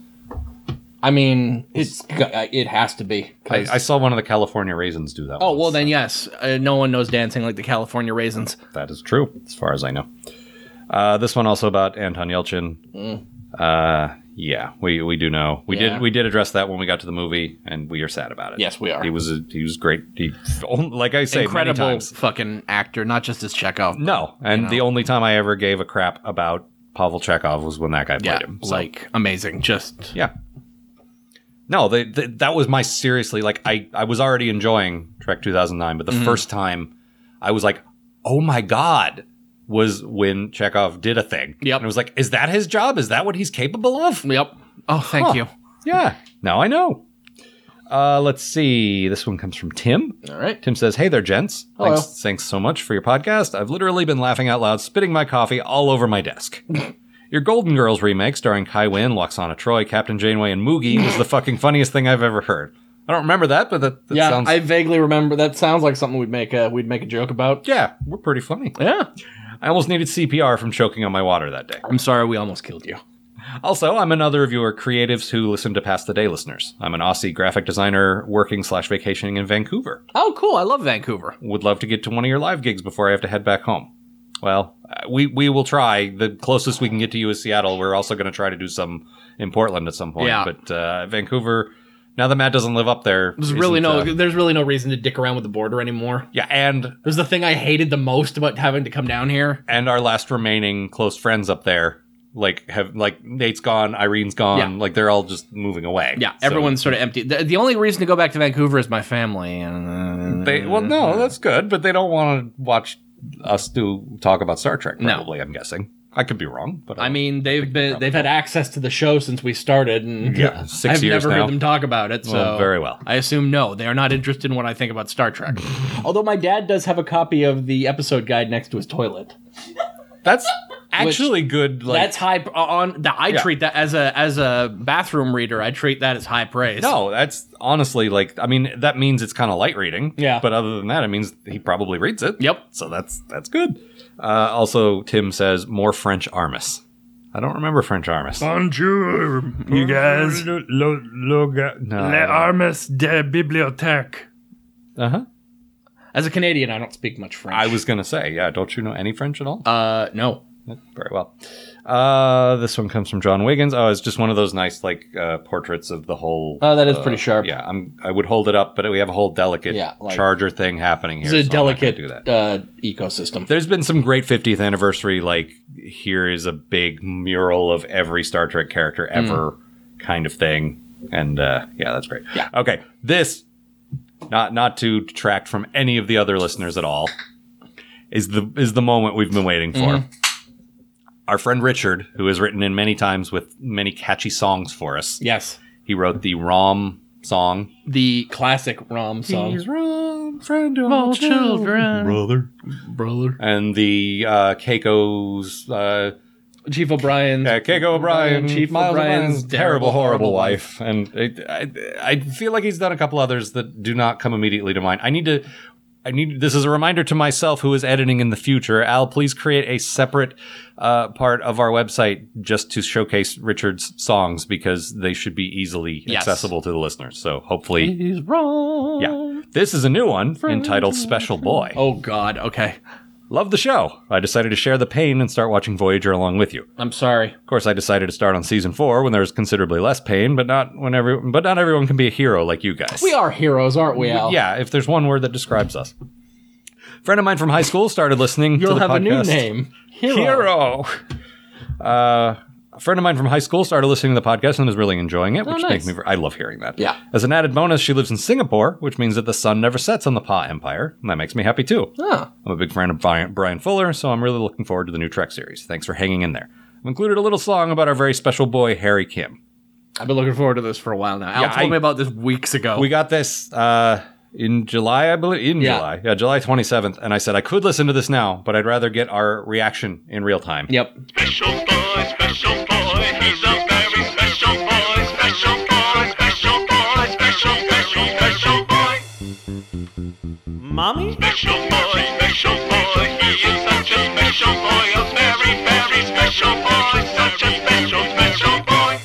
I mean, it's uh, it has to be. I, I saw one of the California raisins do that. oh once. well, then yes. Uh, no one knows dancing like the California raisins. That is true, as far as I know. Uh, this one also about Anton Yelchin. Uh, yeah, we, we do know. We Mm. Yeah. did we did address that when we got to the movie, and we are sad about it. Yes, we are. He was a, he was great. He, like I say, incredible. Incredible fucking actor, not just as Chekhov. No, and the only time I ever gave a crap about Pavel Chekhov was when that guy played yeah, him. So, like amazing. Just yeah. No, they, they, that was my seriously like I I was already enjoying Trek 2009, but the first time I was like, "Oh my god." Was when Chekhov did a thing. Yep. And it was like, is that his job? Is that what he's capable of? yep. Oh, thank Huh. you. Yeah. Now I know. Uh, let's see. This one comes from Tim. All right. Tim says, Hey there, gents. Hello. Thanks, thanks so much for your podcast. I've literally been laughing out loud, spitting my coffee all over my desk. your Golden Girls remake starring Kai Wynn, Loxana Troy, Captain Janeway, and Moogie was the fucking funniest thing I've ever heard. I don't remember that, but that, that yeah, sounds. I vaguely remember. That sounds like something we'd make a we'd make a joke about. yeah, we're pretty funny. Yeah. I almost needed CPR from choking on my water that day. I'm sorry, we almost killed you. Also, I'm another of your creatives who listen to Past the Day listeners. I'm an Aussie graphic designer working slash vacationing in Vancouver. Oh, cool. I love Vancouver. would love to get to one of your live gigs before I have to head back home. Well, uh, we we will try. The closest we can get to you is Seattle. We're also going to try to do some in Portland at some point. Yeah. But uh, Vancouver, now that Matt doesn't live up there, There's really isn't, no uh, there's really no reason to dick around with the border anymore. yeah, and There's the thing I hated the most about having to come down here. and our last remaining close friends up there, like have like Nate's gone, Irene's gone, Yeah. like they're all just moving away. Yeah, So everyone's sort of empty. The, the only reason to go back to Vancouver is my family. And uh, They well, no, that's good, but they don't want to watch us do talk about Star Trek. No. Probably, I'm guessing. I could be wrong, but uh, I don't- mean, they've been they've had access to the show since we started, and Yeah, six I've years never now. heard them talk about it. So Well, very well. I assume no, they are not interested in what I think about Star Trek. Although my dad does have a copy of the episode guide next to his toilet. That's actually good. Like, that's high uh, on the. I Yeah. treat that as a as a bathroom reader. I treat that as high praise. no, that's honestly like. I mean, that means it's kind of light reading. Yeah. But other than that, it means he probably reads it. Yep. So that's that's good. Uh, also, Tim says more French Armis. I don't remember French Armis. Bonjour, you guys. Lo, lo, Les armes de bibliothèque. Uh huh. As a Canadian, I don't speak much French. I was gonna say, yeah. Don't you know any French at all? Uh, no. Very well. Uh, this one comes from John Wiggins. Oh, it's just one of those nice like uh, portraits of the whole. Oh, that is uh, pretty sharp. Yeah, I'm. I would hold it up, but we have a whole delicate Yeah, like- charger thing happening here. It's a so I'm not gonna delicate do that. uh, ecosystem. There's been some great 50th anniversary. Like here is a big mural of every Star Trek character Mm. ever, kind of thing. And uh, yeah, that's great. Yeah. Okay. This, not not to detract from any of the other listeners at all, is the is the moment we've been waiting for. Mm-hmm. Our friend Richard, who has written in many times with many catchy songs for us, Yes. he wrote the Rom song. The classic Rom song. Rom, friend of All children. brother. Brother. And the uh, Keiko's uh, Chief O'Brien's. Yeah, Keiko O'Brien, Chief Miles O'Brien's O'Brien's terrible, horrible wife, and it, I, I feel like he's done a couple others that do not come immediately to mind. I need to, I need. This is a reminder to myself who is editing in the future. Al, please create a separate uh, part of our website just to showcase Richard's songs because they should be easily Yes. accessible to the listeners. So hopefully, He's wrong. yeah. This is a new one entitled "Special Boy." Oh, God. Okay. Love the show. I decided to share the pain and start watching Voyager along with you. I'm sorry. Of course, I decided to start on season four when there was considerably less pain, but not when every, but not everyone can be a hero like you guys. We are heroes, aren't we, Al? Yeah, if there's one word that describes us. friend of mine from high school started listening to You'll the have a new podcast. name. Hero. Hero. Uh, a friend of mine from high school started listening to the podcast and is really enjoying it, which makes nice. me. ver- I love hearing that. Yeah. As an added bonus, she lives in Singapore, which means that the sun never sets on the Pa Empire, and that makes me happy too. Huh. I'm a big fan of Brian, Brian Fuller, so I'm really looking forward to the new Trek series. Thanks for hanging in there. I've included a little song about our very special boy, Harry Kim. I've been looking forward to this for a while now. Al Yeah, told I- me about this weeks ago. We got this uh, in July, I believe. In Yeah. July. Yeah, July 27th. And I said, I could listen to this now, but I'd rather get our reaction in real time. yep. Special boy, special boy, he's a very special boy, special boy, special boy, special, special, special boy. Mommy? Special boy, special boy, he is such a special boy, a very, very special boy, such a special, special boy.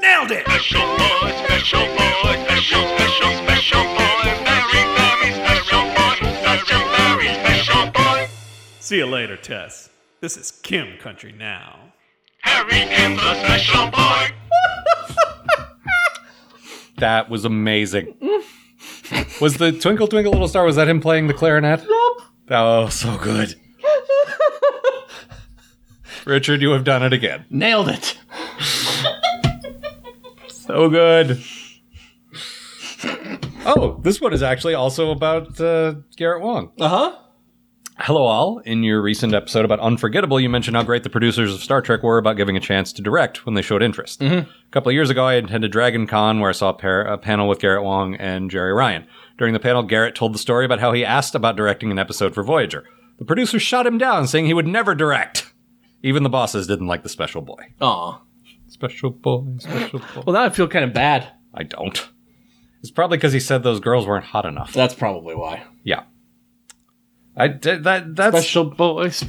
Nailed it! Special boy, special boy, special, special, special boy, very, very special boy, such a very special boy. See you later, Tess. This is Kim Country now. Harry is a special boy. That was amazing. was the Twinkle Twinkle Little Star, was that him playing the clarinet? Nope. Oh, so good. Richard, you have done it again. Nailed it. So good. Oh, this one is actually also about uh, Garrett Wong. Uh huh. Hello, all. In your recent episode about Unforgettable, you mentioned how great the producers of Star Trek were about giving a chance to direct when they showed interest. A couple of years ago, I attended Dragon Con, where I saw a, pair, a panel with Garrett Wong and Jerry Ryan. During the panel, Garrett told the story about how he asked about directing an episode for Voyager. The producers shot him down, saying he would never direct. Even the bosses didn't like the special boy. Aw. Special boy, special boy. Well, now I feel kind of bad. I don't. It's probably because he said those girls weren't hot enough. That's probably why. Yeah. I did that. That's Special boys.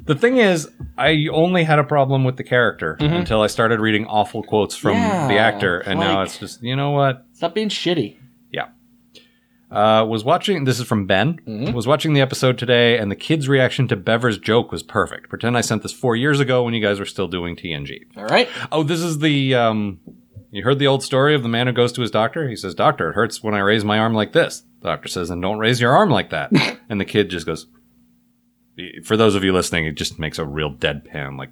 the thing is, I only had a problem with the character until I started reading awful quotes from Mm-hmm. Yeah, the actor, and now like- it's just you know what? Stop being shitty. Yeah. Uh, was watching. This is from Ben. Mm-hmm. Was watching the episode today, and the kid's reaction to Bever's joke was perfect. Pretend I sent this four years ago when you guys were still doing TNG. All right. Oh, this is the um you heard the old story of the man who goes to his doctor? He says, Doctor, it hurts when I raise my arm like this. The doctor says, Then don't raise your arm like that. and the kid just goes for those of you listening, it just makes a real deadpan, like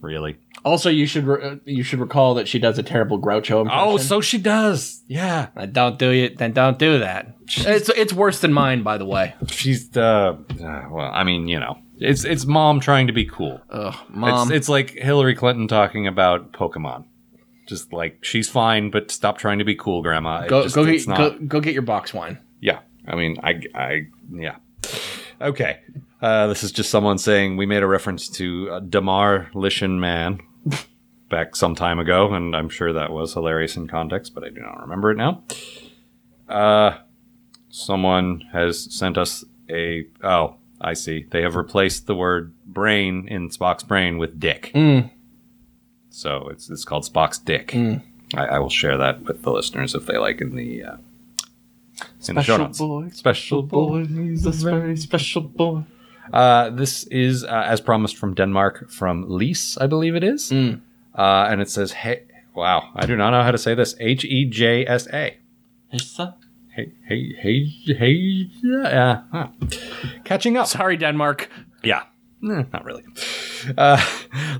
really. Also, you should re- uh, you should recall that she does a terrible Groucho impression. Oh, so she does. Yeah. I don't do it. Then don't do that. It's it's worse than mine, by the way. She's uh, uh, well, I mean, you know. It's it's mom trying to be cool. Ugh, mom. It's it's like Hillary Clinton talking about Pokemon. Just like she's fine, but stop trying to be cool, grandma. It go just- go it's get go, go get your box wine. Yeah. I mean, I, I, yeah. Okay. Uh, this is just someone saying we made a reference to uh, Damar Lishan Man back some time ago, and I'm sure that was hilarious in context, but I do not remember it now. Uh, someone has sent us a. Oh, I see. They have replaced the word brain in Spock's brain with dick. Hmm. So it's, it's called Spock's dick. I, I will share that with the listeners if they like in the uh, in the show notes. special boy, he's a very special boy. Uh, this is, uh, as promised, from Denmark, from Lise, I believe it is. Uh, and it says, hey, wow, I do not know how to say this. H E J S A. Hey, hey, hey, hey, yeah. uh, huh. Catching up. Sorry, Denmark. Yeah. Eh, not really. Uh,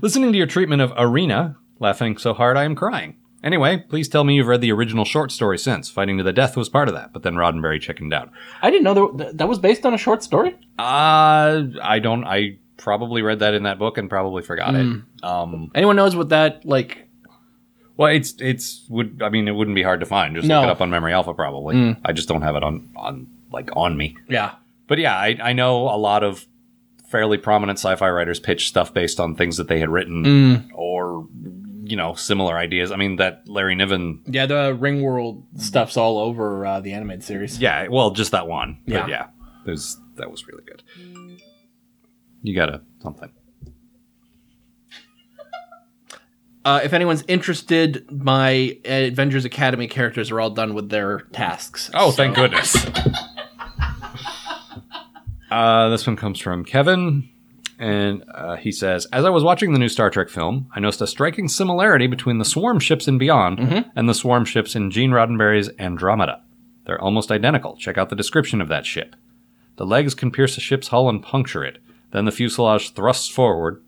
listening to your treatment of Arena, laughing so hard I am crying. Anyway, please tell me you've read the original short story since. Fighting to the Death was part of that, but then Roddenberry chickened out. I didn't know there, th- that was based on a short story. Uh, I don't. I probably read that in that book and probably forgot it. Um, Anyone knows what that like? well, it's it's would I mean it wouldn't be hard to find. Just No. look it up on Memory Alpha probably. Mm. I just don't have it on on like on me. Yeah. But yeah, I, I know a lot of fairly prominent sci-fi writers pitch stuff based on things that they had written Mm. or you know similar ideas. I mean that Larry Niven Yeah, the Ring World stuff's all over uh, the animated series. Yeah, well, just that one. But Yeah. yeah. There's that was really good. You got a something. Uh, if anyone's interested, my Avengers Academy characters are all done with their tasks. Oh, thank goodness. Uh, this one comes from Kevin, and uh, he says, "As I was watching the new Star Trek film, I noticed a striking similarity between the swarm ships in Beyond and the swarm ships in Gene Roddenberry's Andromeda. They're almost identical. Check out the description of that ship. The legs can pierce a ship's hull and puncture it. Then the fuselage thrusts forward."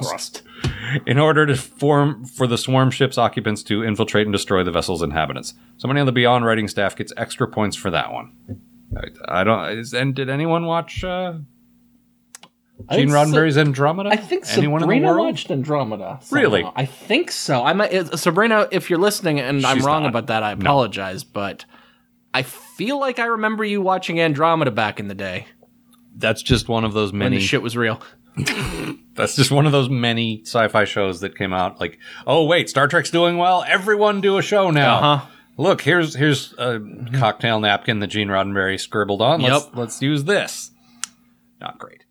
Thrust. in order to form for the swarm ship's occupants to infiltrate and destroy the vessel's inhabitants. Somebody on the Beyond writing staff gets extra points for that one. I, I don't. Is, and did anyone watch uh, I Gene think Roddenberry's Andromeda? I think anyone in the Sabrina world? watched Andromeda. somehow. Really? I think so. I might, uh, Sabrina, if you're listening, and I'm She's wrong not. about that, I apologize, but I feel like I remember you watching Andromeda back in the day That's just one of those when many. the shit was real. that's just one of those many sci-fi shows that came out. Like, oh wait, Star Trek's doing well. Everyone do a show now. Uh-huh. Look, here's here's a cocktail napkin that Gene Roddenberry scribbled on. Let's, Yep. let's use this. Not great.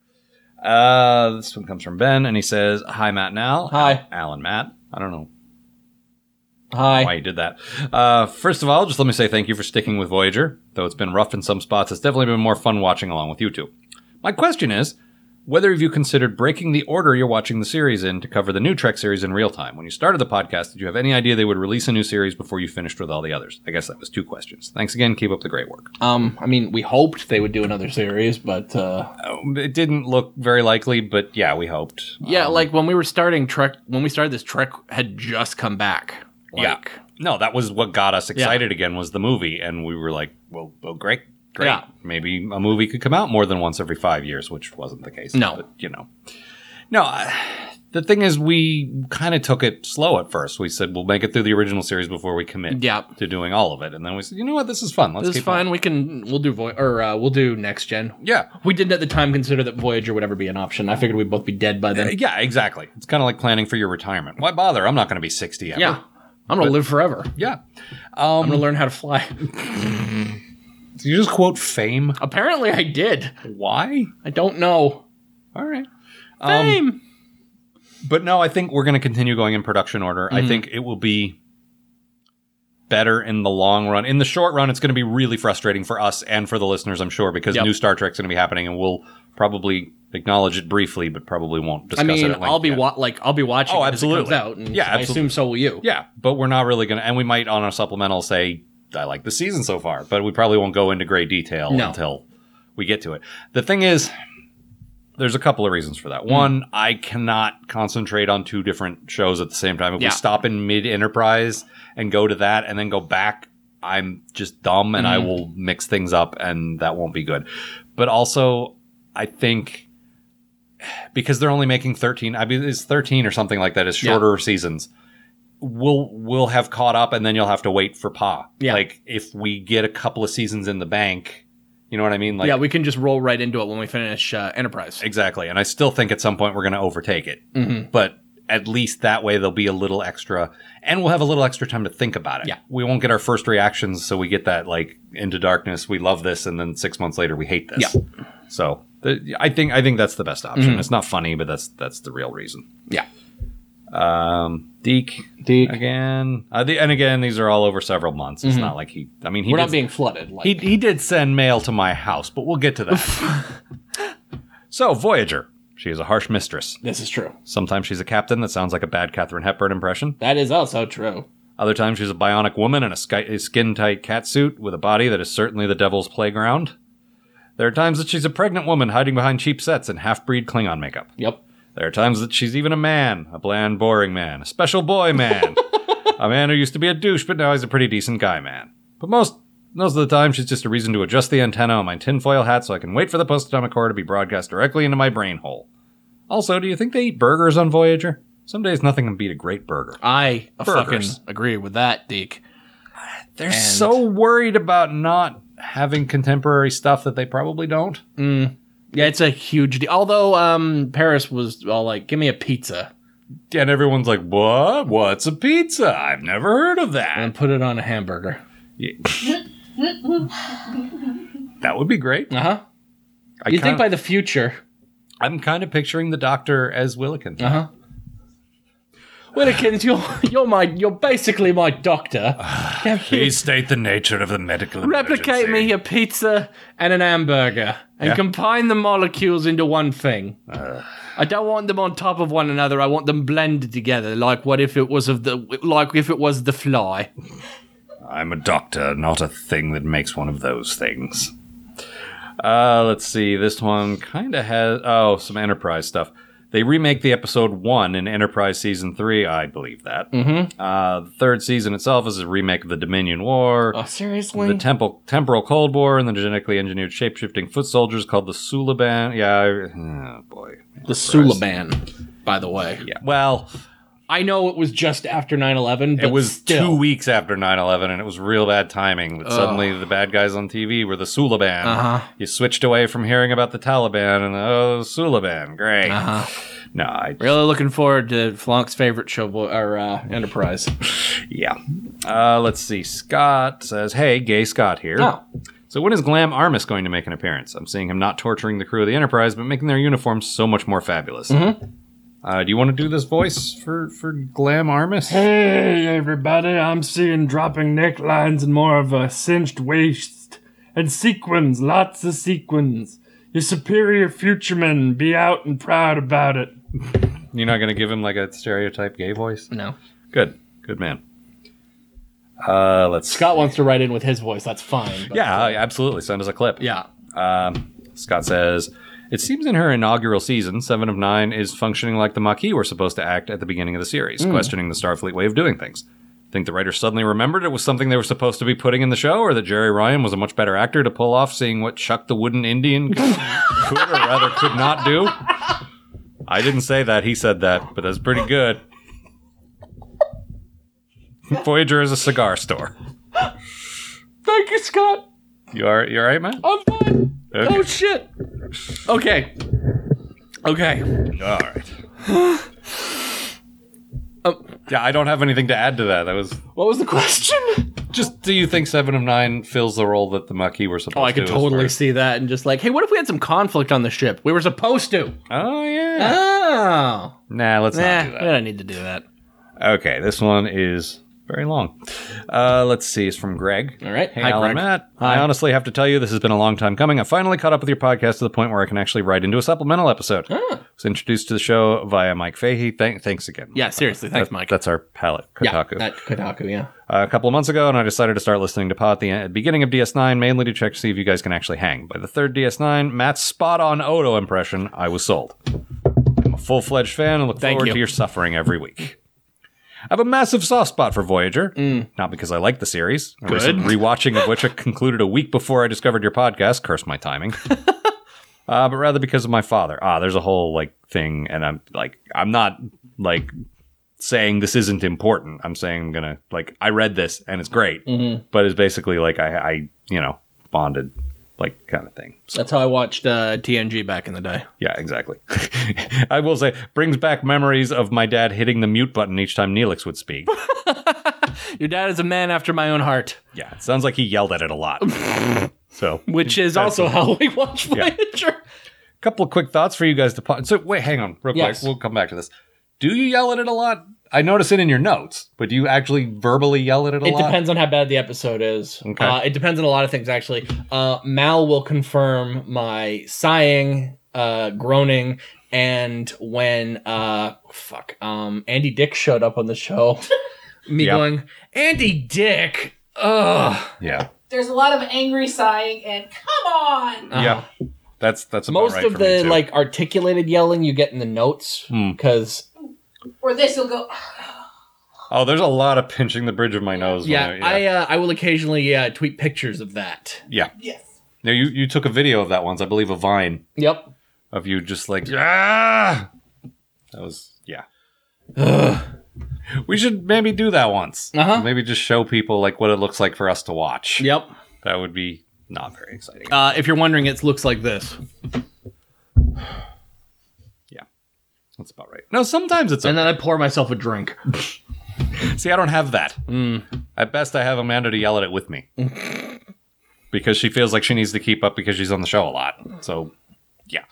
Uh, this one comes from Ben, and he says, "Hi, Matt. and Al. Hi. Alan. Matt. I don't know Hi. why you did that. Uh, first of all, just let me say thank you for sticking with Voyager. Though it's been rough in some spots, it's definitely been more fun watching along with you two. My question is whether have you considered breaking the order you're watching the series in to cover the new Trek series in real time? When you started the podcast, did you have any idea they would release a new series before you finished with all the others? I guess that was two questions. Thanks again. Keep up the great work. Um, I mean, we hoped they would do another series, but uh, Um, It didn't look very likely, but yeah, we hoped. Yeah, like when we were starting Trek, when we started this, Trek had just come back. Yeah. Like, No, that was what got us excited again was the movie, and we were like, "Well, well great, great. Yeah. Maybe a movie could come out more than once every five years," which wasn't the case. No. but, you know, no. I, the thing is, we kind of took it slow at first. We said we'll make it through the original series before we commit Yeah. to doing all of it, and then we said, "You know what? This is fun. Let's This is keep going." fine. We can, we'll do, Voy- or uh, we'll do next gen. Yeah, We didn't at the time consider that Voyager would ever be an option. I figured we'd both be dead by then. yeah, exactly. It's kind of like planning for your retirement. Why bother? I'm not going to be sixty. Ever. Yeah. I'm going to live forever. yeah. I'm um, going to learn how to fly. Did you just quote Fame? Apparently, I did. Why? I don't know. Um, All right. Um, Fame. But no, I think we're going to continue going in production order. Mm-hmm. I think it will be better in the long run. In the short run, it's going to be really frustrating for us and for the listeners, I'm sure, because Yep. new Star Trek's going to be happening, and we'll probably acknowledge it briefly, but probably won't I discuss it. mean, at length I'll be yet. wa- like I'll be watching. Oh, it as it comes absolutely. out, and Yeah, I absolutely. assume so will you. yeah, but we're not really going to, and we might on our supplemental say, "I like the season so far," but we probably won't go into great detail No. until we get to it. The thing is. There's a couple of reasons for Mm. that. One, I cannot concentrate on two different shows at the same time. If Yeah. we stop in mid enterprise and go to that and then go back, I'm just dumb and I Mm-hmm. will mix things up and that won't be good. But also, I think because they're only making 13, I mean, it's 13 or something like that, it's Yeah. shorter seasons. We'll, we'll have caught up and then you'll have to wait for Pa. Yeah. Like if we get a couple of seasons in the bank, you know what I mean? Like, yeah, we can just roll right into it when we finish uh, Enterprise. Exactly. And I still think at some point we're going to overtake it. Mhm. But at least that way there'll be a little extra and we'll have a little extra time to think about it. Yeah. We won't get our first reactions so we get that like into darkness, we love this and then 6 months later we hate this. Yeah. So, the, I think I think that's the best option. It's not funny, but that's that's the real reason. Yeah. Um, Deke, Deke again, uh, the, and again. These are all over several months. It's Mhm. not like he. I mean, he We're did- not being flooded. Like, he he did send mail to my house, but we'll get to that. so Voyager, she is a harsh mistress. This is true. Sometimes she's a captain. That sounds like a bad Catherine Hepburn impression. That is also true. Other times she's a bionic woman in a, sky, a skin-tight catsuit with a body that is certainly the devil's playground. There are times that she's a pregnant woman hiding behind cheap sets and half-breed Klingon makeup. Yep. There are times that she's even a man, a bland, boring man, a special boy man, a man who used to be a douche but now he's a pretty decent guy man. But most most of the time, she's just a reason to adjust the antenna on my tinfoil hat so I can wait for the post-atomic core to be broadcast directly into my brain hole. Also, do you think they eat burgers on Voyager? Some days nothing can beat a great burger. I Burgers. fucking agree with that, Deke. They're so worried about not having contemporary stuff that they probably don't. Mm. Yeah, it's a huge deal. Although um, Paris was all like, "Give me a pizza." And everyone's like, "What? What's a pizza? I've never heard of that." And put it on a hamburger. That would be great. Uh huh. I You think kinda- by the future? I'm kind of picturing the doctor as Willikin. Uh huh. Willikins, you're you're my you're basically my doctor. Now, Please state the nature of the medical Replicate me a pizza and an hamburger, and Yeah. combine the molecules into one thing. I don't want them on top of one another. I want them blended together. Like what if it was of the like if it was the fly? I'm a doctor, not a thing that makes one of those things. Uh, let's see. This one kind of has oh some Enterprise stuff. They remake the episode one in Enterprise season three. I believe that. Mm-hmm. Uh, the third season itself is a remake of the Dominion War. Uh-huh. Oh, seriously? The temple, temporal Cold War and the genetically engineered shapeshifting foot soldiers called the Suliban. Yeah, I, oh boy. The Suliban, by the way. Yeah. Well, I know it was just after 9/11, but it was still. two weeks after 9-11 and it was real bad timing that Ugh. suddenly the bad guys on tv were the suliban Uh-huh. you switched away from hearing about the taliban and oh suliban great Uh-huh. no i Really looking forward to Flonk's favorite show boy, or uh, Enterprise. yeah uh, let's see scott says hey gay scott here Oh. so when is glam armis going to make an appearance i'm seeing him not torturing the crew of the enterprise but making their uniforms so much more fabulous uh, do you want to do this voice for for glam armis Hey, everybody, I'm seeing dropping necklines and more of a cinched waist. And sequins, lots of sequins. Your superior futuremen, be out and proud about it. You're not going to give him like a stereotype gay voice? No. Good. Good man. Uh, let's. Scott wants to write in with his voice. That's fine. but- Yeah, absolutely. Send us a clip. Yeah. Um, Scott says, it seems in her inaugural season, Seven of Nine is functioning like the Maquis were supposed to act at the beginning of the series, questioning the Starfleet way of doing things. Think the writers suddenly remembered it was something they were supposed to be putting in the show, or that Jerry Ryan was a much better actor to pull off seeing what Chuck the Wooden Indian could, could or rather could not do? I didn't say that, he said that, but that's pretty good. Voyager is a cigar store. Thank you, Scott. You are you all right, man? I'm fine. Okay. Oh shit. Okay. Okay. All right. Um, yeah, I don't have anything to add to that. That was What was the question? just. Do you think Seven of Nine fills the role that the Maquis were supposed to? Oh, I could as totally far as- see that and just like, hey, what if we had some conflict on the ship? We were supposed to. Oh yeah. Oh. nah, let's Nah, not do we that. don't need to do that. Okay, this one is very long. Uh, let's see. It's from Greg. All right. Hey, Hi, Alan Greg. Matt. Hi. I honestly have to tell you, this has been a long time coming. I finally caught up with your podcast to the point where I can actually write into a supplemental episode. Was introduced to the show via Mike Fahey. Thank, thanks again. Yeah, seriously. Thanks, That- Mike. That's our palette, Yeah, Kotaku. that Kotaku, yeah. a couple of months ago, and I decided to start listening to Pot at the uh, beginning of DS9, mainly to check to see if you guys can actually hang. By the third DS9, Matt's spot on Odo impression, I was sold. I'm a full fledged fan and look Thank forward you. to your suffering every week. I have a massive soft spot for Voyager, Mm. not because I like the series. A recent Rewatching of which I concluded a week before I discovered your podcast. Curse my timing. uh, but rather because of my father. Ah, there's a whole like thing, and I'm like, I'm not like saying this isn't important. I'm saying I'm gonna like I read this and it's great, Mm-hmm. but it's basically like I, I you know bonded like kind of thing. So That's how I watched uh, TNG back in the day. yeah, exactly. I will say brings back memories of my dad hitting the mute button each time Neelix would speak. Your dad is a man after my own heart, yeah, it sounds like he yelled at it a lot. so which is also how we watch Yeah. Voyager. couple of quick thoughts for you guys to pause. So wait, hang on, real Yes. quick. We'll come back to this. Do you yell at it a lot? I notice it in your notes, but do you actually verbally yell at it a It lot? depends on how bad the episode is. Okay. Uh, it depends on a lot of things, actually. Uh, Mal will confirm my sighing, uh, groaning, and when uh, fuck, um, Andy Dick showed up on the show, me Yeah. going, Andy Dick, ugh. Yeah. There's a lot of angry sighing and come on. yeah. That's that's about Uh, Most right of for me, the too. Hmm. like articulated yelling you get in the notes because Or this will go. Oh, there's a lot of pinching the bridge of my nose. when yeah, I- I uh, I will occasionally yeah tweet pictures of that. Yeah. Yes. Now you you took a video of that once, I believe, a Vine. Yep. Of you just like ah. That was yeah. We should maybe do that once. Uh-huh. Maybe just show people like what it looks like for us to watch. Yep. That would be not very exciting. Uh, if you're wondering, it looks like this. That's about right. No, sometimes it's. And then I pour myself a drink. See, I don't have that. At best, I have Amanda to yell at it with me because she feels like she needs to keep up because she's on the show a lot. So, yeah.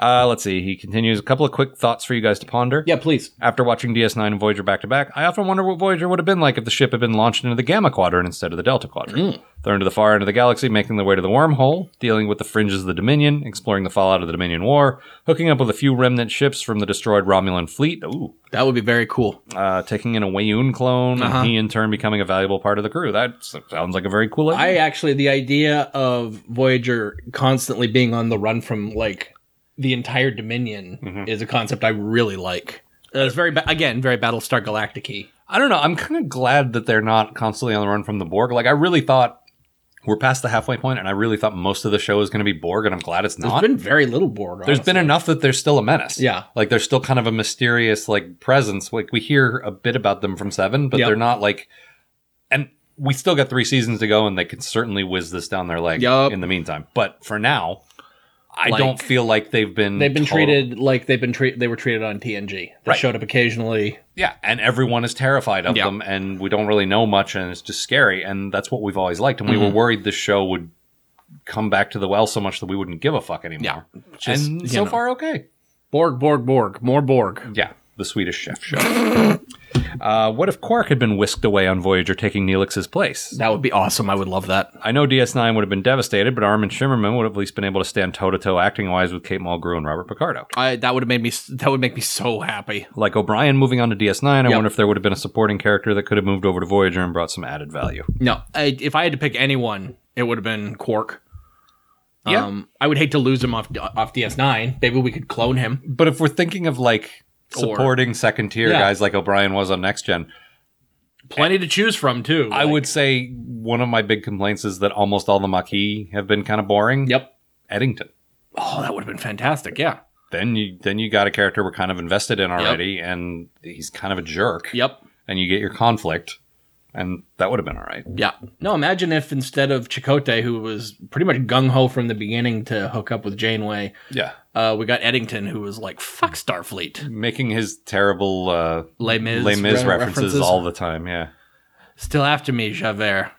Uh, let's see. He continues a couple of quick thoughts for you guys to ponder. Yeah, please. After watching DS9 and Voyager back to back, I often wonder what Voyager would have been like if the ship had been launched into the Gamma Quadrant instead of the Delta Quadrant. They're into the far end of the galaxy, making their way to the wormhole, dealing with the fringes of the Dominion, exploring the fallout of the Dominion War, hooking up with a few remnant ships from the destroyed Romulan fleet. Ooh. That would be very cool. Uh, taking in a Wayoon clone, Uh-huh. and he in turn becoming a valuable part of the crew. That s- sounds like a very cool idea. I actually the idea of Voyager constantly being on the run from like the entire Dominion Mm-hmm. is a concept I really like. Uh, it's very ba- again very Battlestar Galactic-y. I don't know. I'm kind of glad that they're not constantly on the run from the Borg. Like, I really thought we're past the halfway point, and I really thought most of the show is going to be Borg, and I'm glad it's There's not. been very little Borg. There's been enough that there's still a menace. Yeah. Like there's still kind of a mysterious like presence. Like we hear a bit about them from seven, but Yep. they're not like and we still got three seasons to go and they could certainly whiz this down their leg in the meantime. But for now, I Like- don't feel like they've been They've been total- treated like they've been treated. They were treated on TNG. They Right. showed up occasionally. Yeah, and everyone is terrified of them and we don't really know much and it's just scary and that's what we've always liked. And we were Mm-hmm. Mhm. worried this show would come back to the well so much that we wouldn't give a fuck anymore. Just, and you so know. far okay. Borg, Borg, Borg, more Borg. Yeah, the Swedish chef show. uh, what if Quark had been whisked away on Voyager, taking Neelix's place? That would be awesome. I would love that. I know DS9 would have been devastated, but Armin Shimmerman would have at least been able to stand toe to toe acting wise with Kate Mulgrew and Robert Picardo. I that would have made me s- that would make me so happy. Like O'Brien moving on to DS9, I Yep. wonder if there would have been a supporting character that could have moved over to Voyager and brought some added value. No, I, if I had to pick anyone, it would have been Quark. Yeah. Um, I would hate to lose him off off DS9. Maybe we could clone him. But if we're thinking of like Or- supporting second tier Yeah. guys like O'Brien was on Next Gen, Plenty to choose from too. I would say one of my big complaints is that almost all the Maquis have been kind of boring. Yep. Eddington. Oh, that would have been fantastic. Yeah. Then you then you got a character we're kind of invested in already, and he's kind of a jerk. Yep. And you get your conflict, and that would have been all right. Yeah. No, imagine if instead of Chakotay, who was pretty much gung ho from the beginning to hook up with Janeway, Yeah. uh, we got Eddington, who was like fuck Starfleet. Making his terrible uh, Les Mis Mis re- references, references. all the time. Yeah. Still after me, Javert.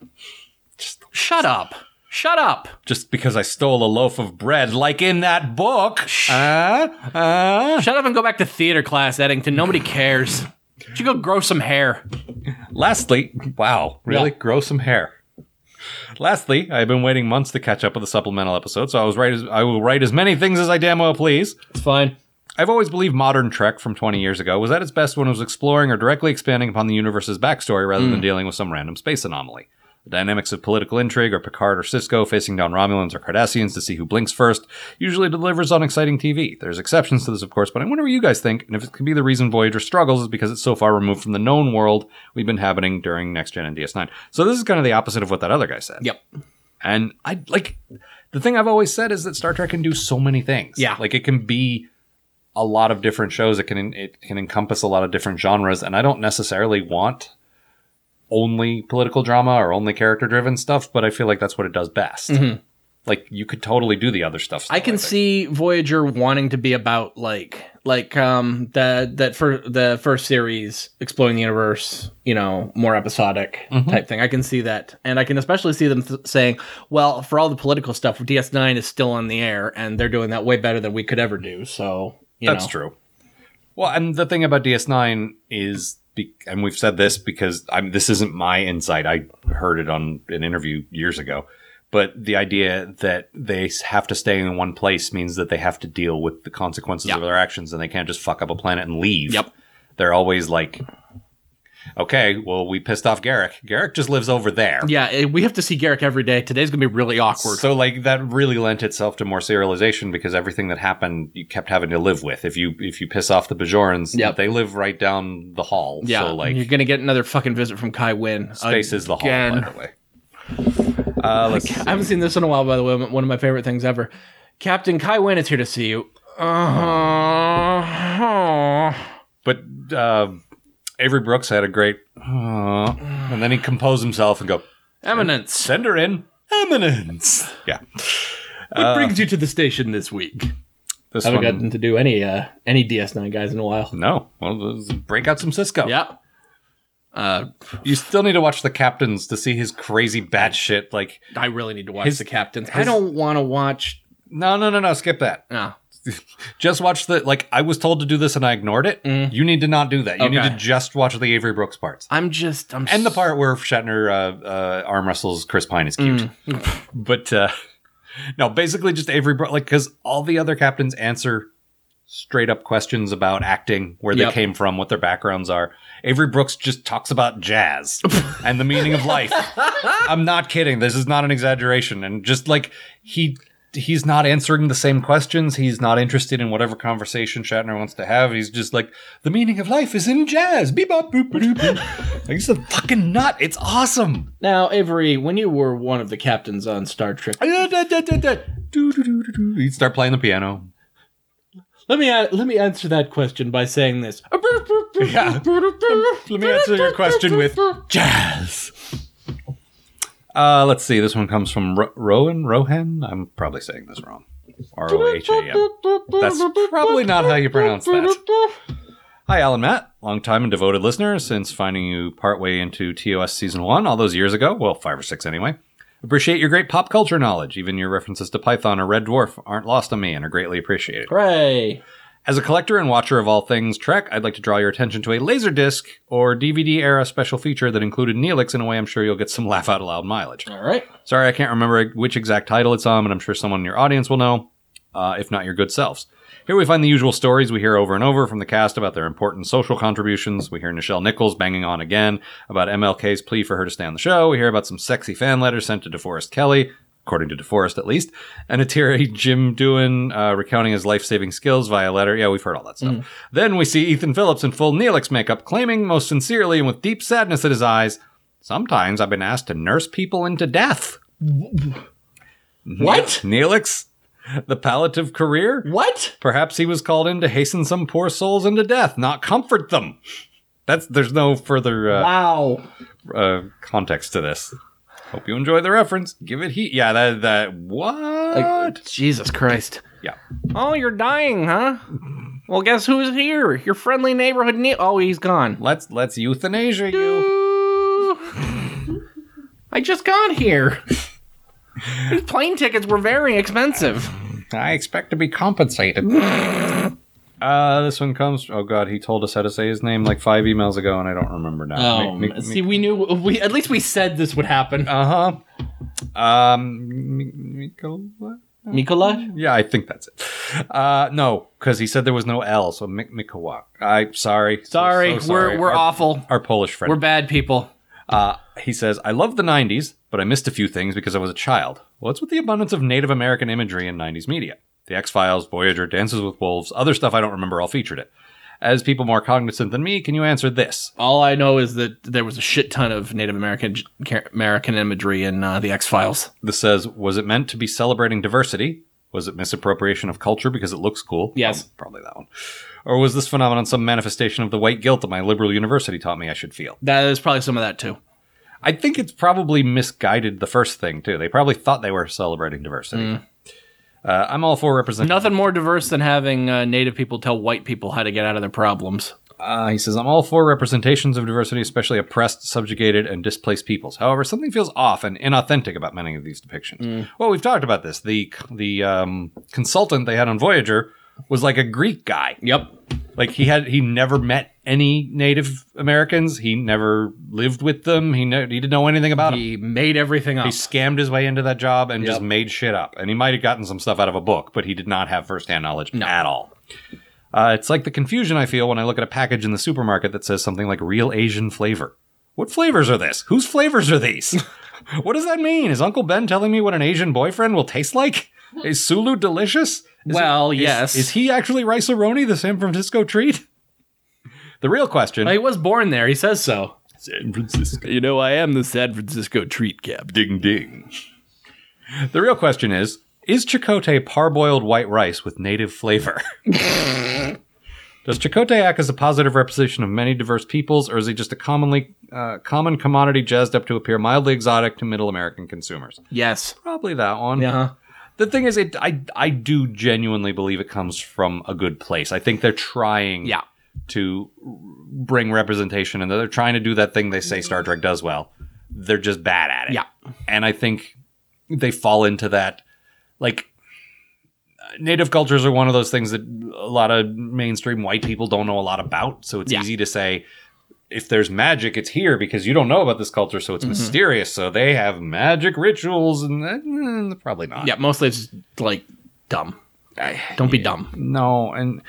Shut up. Shut up. Just because I stole a loaf of bread, like in that book. Uh, uh. Shut up and go back to theater class, Eddington. Nobody cares. You go grow some hair. Lastly, wow, really? Yeah. Grow some hair. Lastly, I have been waiting months to catch up with the supplemental episode, so I was right. As, I will write as many things as I damn well please. It's fine. I've always believed modern Trek from 20 years ago was at its best when it was exploring or directly expanding upon the universe's backstory rather than Mm. dealing with some random space anomaly. The dynamics of political intrigue or Picard or Cisco facing down Romulans or Cardassians to see who blinks first usually delivers on exciting TV. There's exceptions to this, of course, but I wonder what you guys think, and if it could be the reason Voyager struggles is because it's so far removed from the known world we've been inhabiting during Next Gen and DS9. So this is kind of the opposite of what that other guy said. Yep. And I like the thing I've always said is that Star Trek can do so many things. Yeah. Like it can be a lot of different shows. It can it can encompass a lot of different genres, and I don't necessarily want only political drama or only character driven stuff, but I feel like that's what it does best. Mhm. Like you could totally do the other stuff. I can see Voyager wanting to be about like like um that that for the first series exploring the universe, you know, more episodic Mhm. type thing. I can see that, and I can especially see them th- saying, "Well, for all the political stuff, DS9 is still on the air, and they're doing that way better than we could ever do." So you That's know. true. Well, and the thing about DS9 is, be- and we've said this because I'm, this isn't my insight. I heard it on an interview years ago. But the idea that they have to stay in one place means that they have to deal with the consequences of their actions and they can't just fuck up a planet and leave. Yep. They're always like, okay, well, we pissed off Garrick. Garrick just lives over there. Yeah, eh, we have to see Garrick every day. Today's gonna be really awkward. So like that really lent itself to more serialization because everything that happened you kept having to live with. If you if you piss off the Bajorans, Yep. they live right down the hall. yeah, So like you're gonna get another fucking visit from Kai Wynn. space is the hall, by again. the way. Uh, let's I haven't seen this in a while, by the way. One of my favorite things ever. Captain Kai Wynn is here to see you. Uh-huh. But uh, Avery Brooks had a great "Aw," and then he composed himself and go Eminence. Send her in. Eminence. Yeah. What Uh, brings you to the station this week? This haven't one- gotten to do any uh, any DS9 guys in a while. No. Well, let's break out some Cisco. Yeah. Uh, you still need to watch the captains to see his crazy bat shit. Like I really need to watch His- the captains. I his- don't want to watch. no, no, no, no. Skip that. No. Just watch the like. I was told to do this and I ignored it. You need to not do that. You need Mm-hmm. Okay. to just watch the Avery Brooks parts I'm just. I'm. and the part where Shatner uh, uh, arm wrestles Chris Pine is cute. Mm. but uh, no, basically just Avery Brooks, like because all the other captains answer straight up questions about acting, where Yep. they came from, what their backgrounds are. Avery Brooks just talks about jazz and the meaning of life. I'm not kidding. This is not an exaggeration, and just like he. He's not answering the same questions. He's not interested in whatever conversation Shatner wants to have. He's just like, the meaning of life is in jazz. Bebop, boop, boop, boop. Like, he's a fucking nut. It's awesome. Now, Avery, when you were one of the captains on Star Trek, He'd start playing the piano. let me a- let me answer that question by saying this. Yeah. Let me answer your question with jazz. Uh, let's see. This one comes from Ro- Rowan Rohan. I'm probably saying this wrong. R O H A N. That's probably not how you pronounce that. Hi, Alan Matt, longtime and devoted listener since finding you partway into TOS season one all those years ago. Well, five or six anyway. Appreciate your great pop culture knowledge. Even your references to Python or Red Dwarf aren't lost on me and are greatly appreciated. Hooray! As a collector and watcher of all things Trek, I'd like to draw your attention to a Laserdisc or DVD era special feature that included Neelix in a way I'm sure you'll get some laugh out loud mileage. All right. Sorry, I can't remember which exact title it's on, but I'm sure someone in your audience will know, uh, if not your good selves. Here we find the usual stories we hear over and over from the cast about their important social contributions. We hear Nichelle Nichols banging on again about MLK's plea for her to stay on the show. We hear about some sexy fan letters sent to DeForest Kelly, according to DeForest at least, and a teary Jim Doohan uh, recounting his life saving skills via letter. Yeah, we've heard all that stuff. Then we see Ethan Phillips in full Neelix makeup, claiming most sincerely and with deep sadness at his eyes, Sometimes I've been asked to nurse people into death. What? Neelix? The palliative career? What? Perhaps he was called in to hasten some poor souls into death, not comfort them. That's there's no further uh, Wow. uh, context to this. Hope you enjoy the reference. Give it heat. Yeah, that that what? Jesus Christ. Yeah. Oh, you're dying, huh? Well, guess who's here? Your friendly neighborhood. Ne- oh, he's gone. Let's let's euthanasia you. I just got here. These plane tickets were very expensive. I expect to be compensated. Uh, this one comes. Oh God, he told us how to say his name like five emails ago, and I don't remember now. Um, Me- me- see, we knew we at least we said this would happen. Uh huh. Um, Mi- Mikola? Mikola? Yeah, I think that's it. Uh, no, because he said there was no L, so Mik- Mikowa. I sorry, Sorry, So we're we're Our- awful. Our Polish friend. We're bad people. Uh, he says, I love the 90s, but I missed a few things because I was a child. Well, it's with the abundance of Native American imagery in 90s media. The X Files, Voyager, Dances with Wolves, other stuff I don't remember all featured it. As people more cognizant than me, can you answer this? All I know is that there was a shit ton of Native American American imagery in uh, the X Files. This says, was it meant to be celebrating diversity? Was it misappropriation of culture because it looks cool? Um, Yes. Probably that one. Or was this phenomenon some manifestation of the white guilt that my liberal university taught me I should feel? That is probably some of that too. I think it's probably misguided the first thing, too. They probably thought they were celebrating diversity. Uh, I'm all for representation. Nothing more diverse than having uh, Native people tell white people how to get out of their problems. Uh, he says, I'm all for representations of diversity, especially oppressed, subjugated, and displaced peoples. However, something feels off and inauthentic about many of these depictions. Well, we've talked about this. The the um, consultant they had on Voyager was like a Greek guy. Yep. Like he had he never met any Native Americans. He never lived with them. He ne- he didn't know anything about he them. He made everything up. He scammed his way into that job and yep. just made shit up. And he might have gotten some stuff out of a book, but he did not have firsthand knowledge no. at all. Uh, it's like the confusion I feel when I look at a package in the supermarket that says something like "real Asian flavor." What flavors are this? Whose flavors are these? what does that mean? Is Uncle Ben telling me what an Asian boyfriend will taste like? Is Sulu delicious? Is well, it, yes. Is, is, he actually Rice Aroni, the San Francisco treat? The real question. Well, he was born there. He says so. San Francisco. You know, I am the San Francisco treat cap. Ding ding. The real question is Is Chicote parboiled white rice with native flavor? Does Chicote act as a positive representation of many diverse peoples, or is he just a commonly uh, common commodity jazzed up to appear mildly exotic to middle American consumers? Yes, probably that one. Yeah. Uh-huh. The thing is, it I I do genuinely believe it comes from a good place. I think they're trying. Yeah. To bring representation, and they're trying to do that thing they say Star Trek does well. They're just bad at it. Yeah. And I think they fall into that. Like, native cultures are one of those things that a lot of mainstream white people don't know a lot about. So it's yeah. easy to say if there's magic, it's here because you don't know about this culture, so it's mm-hmm. mysterious. So they have magic rituals, and that, eh, probably not. Yeah, mostly it's like dumb. I, don't be dumb. No, and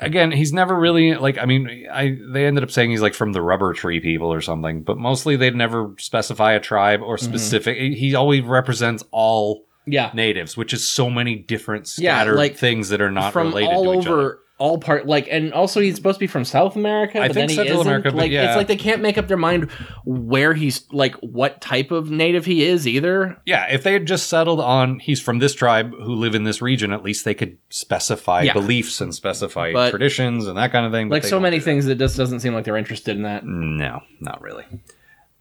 again, he's never really like. I mean, I they ended up saying he's like from the rubber tree people or something, but mostly they'd never specify a tribe or specific. Mm-hmm. He always represents all yeah. natives, which is so many different scattered yeah, like, things that are not from related all to each over. Other. All part like, and also he's supposed to be from South America. I but think then Central he America, like, yeah. it's like they can't make up their mind where he's like what type of native he is either. Yeah, if they had just settled on he's from this tribe who live in this region, at least they could specify yeah. beliefs and specify but, traditions and that kind of thing. Like so many things that just doesn't seem like they're interested in that. No, not really.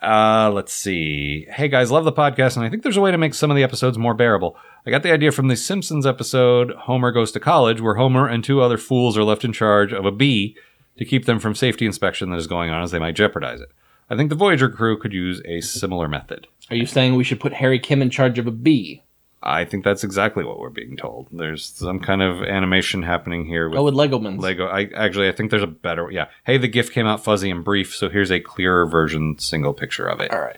Uh, let's see. Hey guys, love the podcast, and I think there's a way to make some of the episodes more bearable. I got the idea from the Simpsons episode Homer Goes to College, where Homer and two other fools are left in charge of a bee to keep them from safety inspection that is going on as they might jeopardize it. I think the Voyager crew could use a similar method. Are you saying we should put Harry Kim in charge of a bee? I think that's exactly what we're being told. There's some kind of animation happening here. With oh, with Legomans. Lego. I actually, I think there's a better. Yeah. Hey, the GIF came out fuzzy and brief, so here's a clearer version, single picture of it. All right.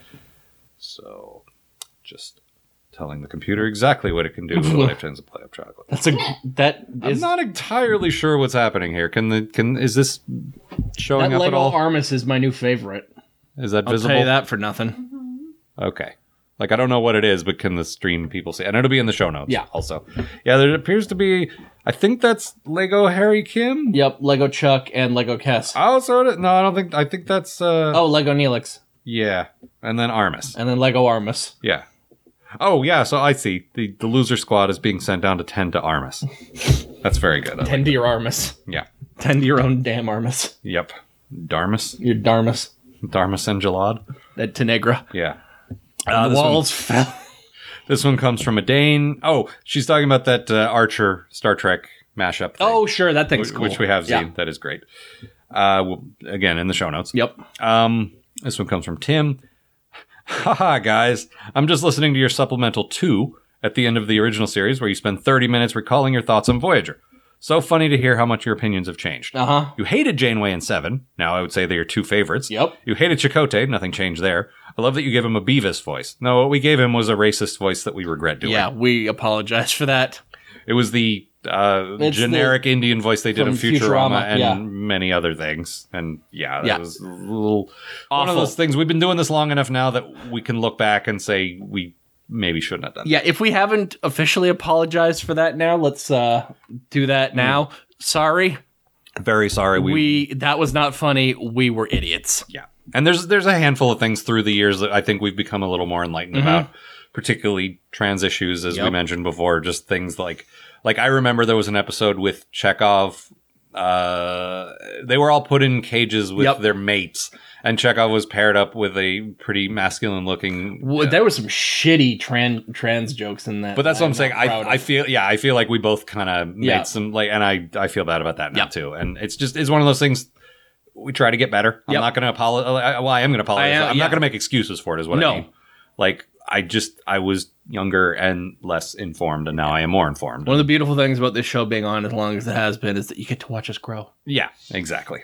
So, just telling the computer exactly what it can do when it turns a plate of chocolate. That's a that. Is, I'm not entirely sure what's happening here. Can the can is this showing that up Lego at all? Armus is my new favorite. Is that I'll visible? I'll tell you that for nothing. Okay. Like I don't know what it is, but can the stream people see? And it'll be in the show notes. Yeah. Also, yeah, there appears to be. I think that's Lego Harry Kim. Yep, Lego Chuck and Lego Kess. I also no, I don't think. I think that's. uh Oh, Lego Neelix. Yeah, and then Armus. And then Lego Armus. Yeah. Oh yeah, so I see the the loser squad is being sent down to ten to Armus. that's very good. I ten like to your Armus. Yeah. Ten to your own damn Armus. Yep. Darmus. Your Darmus. Darmus and Jalad. That Tenegra. Yeah. Uh, the walls one, fell. This one comes from a Dane. Oh, she's talking about that uh, Archer Star Trek mashup. Thing, oh, sure, that thing's which, cool. Which we have seen. Yeah. That is great. Uh, well, again, in the show notes. Yep. Um, this one comes from Tim. Haha, guys, I'm just listening to your supplemental two at the end of the original series, where you spend 30 minutes recalling your thoughts on Voyager. So funny to hear how much your opinions have changed. Uh huh. You hated Janeway and Seven. Now I would say they're your two favorites. Yep. You hated Chakotay. Nothing changed there. I love that you gave him a Beavis voice. No, what we gave him was a racist voice that we regret doing. Yeah, we apologize for that. It was the uh, It's the- generic Indian voice they did in From Futurama, Futurama, and yeah. many other things. And yeah, that Yeah. was a little one Awful. of those things. We've been doing this long enough now that we can look back and say we maybe shouldn't have done. Yeah, if we haven't officially apologized for that now, let's uh do Mm. that now. Sorry, that. Very sorry. we, We, that was not funny. We were idiots. yeah. And there's there's a handful of things through the years that I think we've become a little more enlightened Mhm. about, particularly trans issues, as we Yep. mentioned before. Just things like like I remember there was an episode with Chekhov. Uh, they were all put in cages with Yep. their mates, and Chekhov was paired up with a pretty masculine looking. Well, There were some shitty trans trans jokes in that. But that's what I'm not saying. proud I, of. I feel yeah, I feel like we both kind of made Yeah. some like, and I I feel bad about that now Yep. too. And it's just it's one of those things. We try to get better. I'm Yep. not going to apologize. uh, Well, I am going to apologize. I am- I'm yeah. not going to make excuses for it. Is what No. I mean. Like I just I was younger and less informed, and now I am more informed. One of the beautiful things about this show being on as long as it has been is that you get to watch us grow. Yeah, exactly.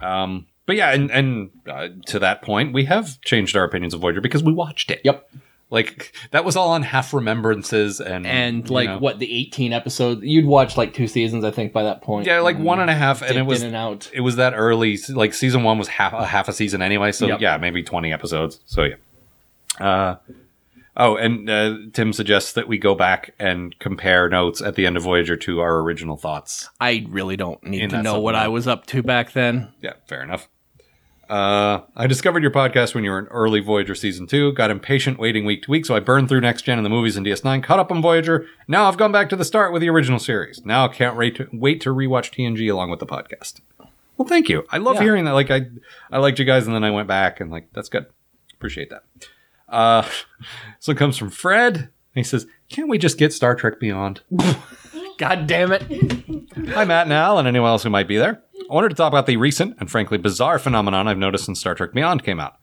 Um, but yeah, and and uh, to that point, we have changed our opinions of Voyager because we watched it. Yep. Like that was all on half remembrances and And you like know. what the eighteen episodes you'd watch like two seasons, I think, by that point. Yeah, like one and a half, and it Dipped was in and out. It was that early. Like season one was half a half a season anyway, so Yep. yeah, maybe twenty episodes. So yeah. Uh, oh, and uh, Tim suggests that we go back and compare notes at the end of Voyager to our original thoughts. I really don't need In to that know what I supplement. was up to back then. Yeah, fair enough. Uh, I discovered your podcast when you were in early Voyager season two. Got impatient waiting week to week, so I burned through Next Gen and the movies and DS9. Caught up on Voyager. Now I've gone back to the start with the original series. Now I can't wait to, wait to rewatch TNG along with the podcast. Well, thank you. I love Yeah. hearing that. Like I, I liked you guys, and then I went back, and like that's good. Appreciate that. Uh, so it comes from Fred. and He says, "Can't we just get Star Trek Beyond?" God damn it. Hi, Matt and Al, and anyone else who might be there. I wanted to talk about the recent and frankly bizarre phenomenon I've noticed since Star Trek Beyond came out.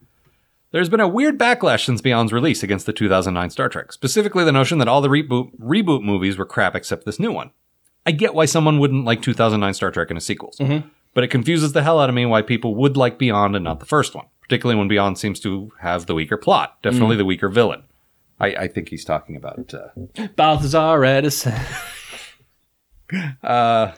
There's been a weird backlash since Beyond's release against the 2009 Star Trek, specifically the notion that all the reboot, reboot movies were crap except this new one. I get why someone wouldn't like 2009 Star Trek and its sequels, but it confuses the hell out of me why people would like Beyond and not the first one, particularly when Beyond seems to have the weaker plot, definitely Mm. the weaker villain. I, I think he's talking about uh, Balthazar Edison. Uh,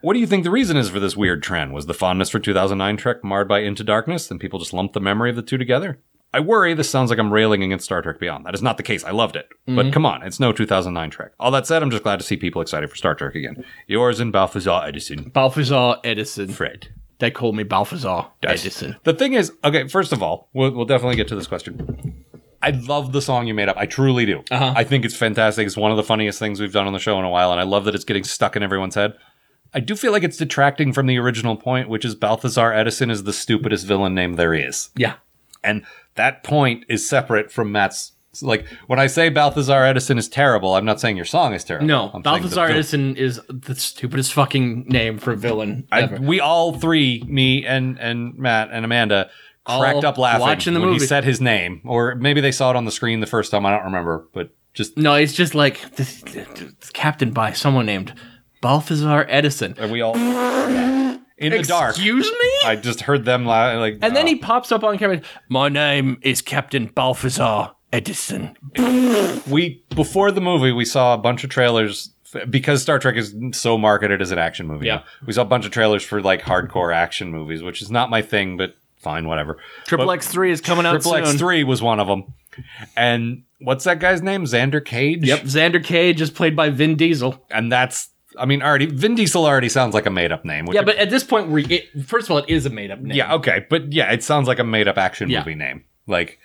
what do you think the reason is for this weird trend? Was the fondness for 2009 Trek marred by Into Darkness and people just lumped the memory of the two together? I worry this sounds like I'm railing against Star Trek Beyond. That is not the case. I loved it. But Mhm. come on, it's no 2009 Trek. All that said, I'm just glad to see people excited for Star Trek again. Yours in Balthazar Edison. Balthazar Edison. Fred. They called me Balthazar Yes. Edison. The thing is, okay, first of all, we'll, we'll definitely get to this question. I love the song you made up. I truly do. Uh-huh. I think it's fantastic. It's one of the funniest things we've done on the show in a while, and I love that it's getting stuck in everyone's head. I do feel like it's detracting from the original point, which is Balthazar Edison is the stupidest villain name there is. Yeah. And that point is separate from Matt's. Like, when I say Balthazar Edison is terrible, I'm not saying your song is terrible. No, I'm saying the Balthazar villain. Edison is the stupidest fucking name for a villain I, ever. we all three, me and and Matt and Amanda, All cracked up laughing watching the when movie. he said his name, or maybe they saw it on the screen the first time. I don't remember, but just no, it's just like this, it's captained by someone named Balthazar Edison. And we all in the dark. Excuse me. I just heard them la- like. And then he pops up on camera. My name is Captain Balthazar Edison. uh, we before the movie we saw a bunch of trailers f- because Star Trek is so marketed as an action movie. Yeah, we saw a bunch of trailers for like hardcore action movies, which is not my thing, but fine, whatever. Triple But- X three is coming out Triple X soon. three was one of them, and what's that guy's name? Xander Cage. Yep, Xander Cage is played by Vin Diesel, and that's I mean already Vin Diesel already sounds like a made up name. Which Yeah, but at this point we it, first of all it is a made up name. yeah, okay, but yeah, it sounds like a made up action Yeah. movie name, like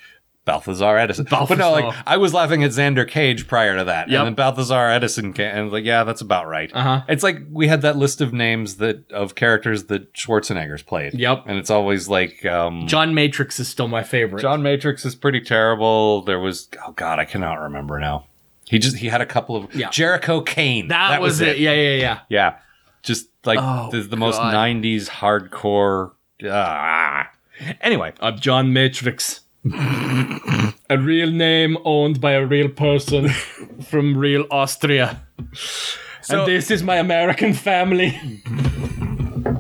Balthazar Edison. But no, like Balthazar. I was laughing at Xander Cage prior to that, Yep. and then Balthazar Edison came, and I was like yeah, that's about right. Uh-huh. It's like we had that list of names that of characters that Schwarzenegger's played. Yep, and it's always like um, John Matrix is still my favorite. John Matrix is pretty terrible. There was oh god, I cannot remember now. He just he had a couple of Yeah. Jericho Kane. That, was, it. Yeah, yeah, yeah. Yeah. Just like Oh, the, the most God. 90s hardcore. ah. Anyway, I'm John Matrix. a real name owned by a real person from real Austria. and this is my American family.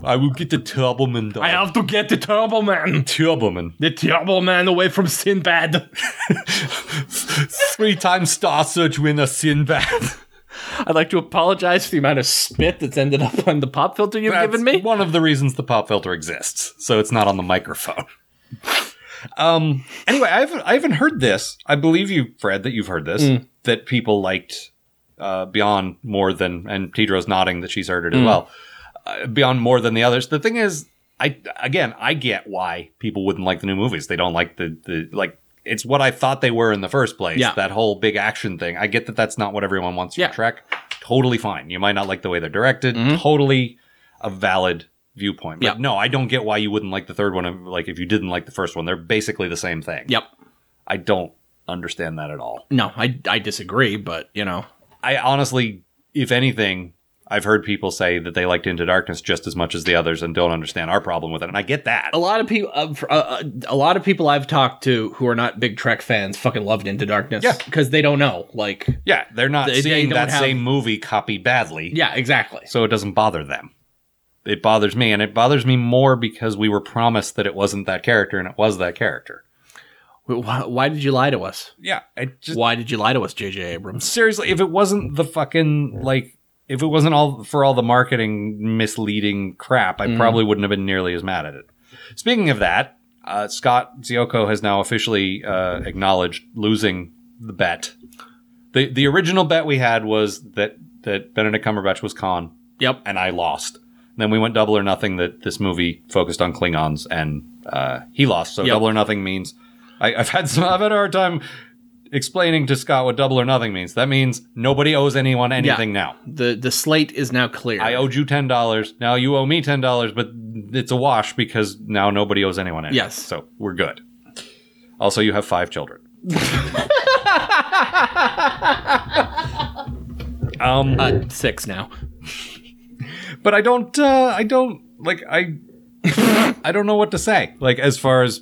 I will get the Turbo Man. I have to get the Turbo Man. Turbo Man. The Turbo Man away from Sinbad. Three time Star Search winner Sinbad. I'd like to apologize for the amount of spit that's ended up on the pop filter you've That's given me. One of the reasons the pop filter exists, so it's not on the microphone. um. Anyway, I haven't I haven't heard this. I believe you, Fred, that you've heard this Mm. that people liked uh, Beyond more than, and Tidro's nodding that she's heard it as Mm. well. Uh, beyond more than the others. The thing is, I again, I get why people wouldn't like the new movies. They don't like the the like. It's what I thought they were in the first place. Yeah. That whole big action thing. I get that that's not what everyone wants yeah. for Trek. Totally fine. You might not like the way they're directed. Totally a valid viewpoint. But no, I don't get why you wouldn't like the third one. Like if you didn't like the first one, they're basically the same thing. Yep. I don't understand that at all. No, I, I disagree, but you know. I honestly, if anything, I've heard people say that they liked Into Darkness just as much as the others and don't understand our problem with it, and I get that. A lot of people, uh, fr- uh, uh, a lot of people I've talked to who are not big Trek fans, fucking loved Into Darkness, Yeah. because they don't know, like, Yeah, they're not They- they seeing don't that have- same movie copied badly. yeah, exactly. So it doesn't bother them. It bothers me, and it bothers me more because we were promised that it wasn't that character, and it was that character. Wh- Why, why did you lie to us? Yeah, it just Why did you lie to us, J.J. Abrams? seriously, if it wasn't the fucking like, if it wasn't all for all the marketing misleading crap, I Mm. probably wouldn't have been nearly as mad at it. Speaking of that, uh, Scott Zioko has now officially uh, acknowledged losing the bet. the The original bet we had was that that Benedict Cumberbatch was Khan. Yep. and I lost. Then we went double or nothing. That this movie focused on Klingons, and uh, he lost. So Yep. double or nothing means I, I've had some. I've had a hard time explaining to Scott what double or nothing means. That means nobody owes anyone anything now. The the slate is now clear. I owed you ten dollars. Now you owe me ten dollars, but it's a wash because now nobody owes anyone anything. Yes. so we're good. Also, you have five children. um, uh, six now. but I don't. Uh, I don't like. I I don't know what to say. Like as far as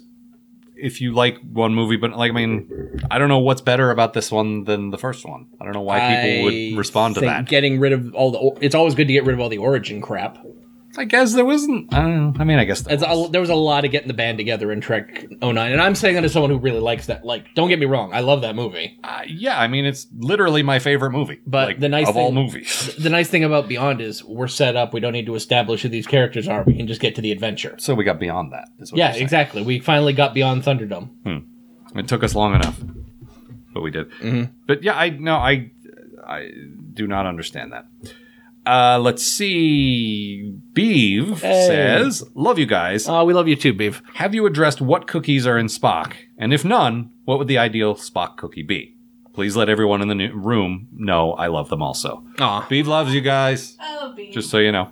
if you like one movie, but like I mean, I don't know what's better about this one than the first one. I don't know why people I would respond to think that. Getting rid of all the or- it's always good to get rid of all the origin crap. I guess there wasn't. I don't know. I mean, I guess there It's was. a, there was a lot of getting the band together in Trek 09 and I'm saying that as someone who really likes that. Like, don't get me wrong, I love that movie. Uh, yeah, I mean, it's literally my favorite movie. But like, the nice of all thing- movies. The nice thing about Beyond is we're set up. We don't need to establish who these characters are. We can just get to the adventure. So we got beyond that. Is what Yeah, you're saying. exactly. We finally got beyond Thunderdome. It took us long enough, but we did. Mm-hmm. But yeah, I no, I I do not understand that. Uh, let's see. Beeve Hey. says, "Love you guys. Oh, we love you too, Beef. Have you addressed what cookies are in Spock? And if none, what would the ideal Spock cookie be? Please let everyone in the new room know I love them also. Aw. Beeve loves you guys. I love being. Just so you know.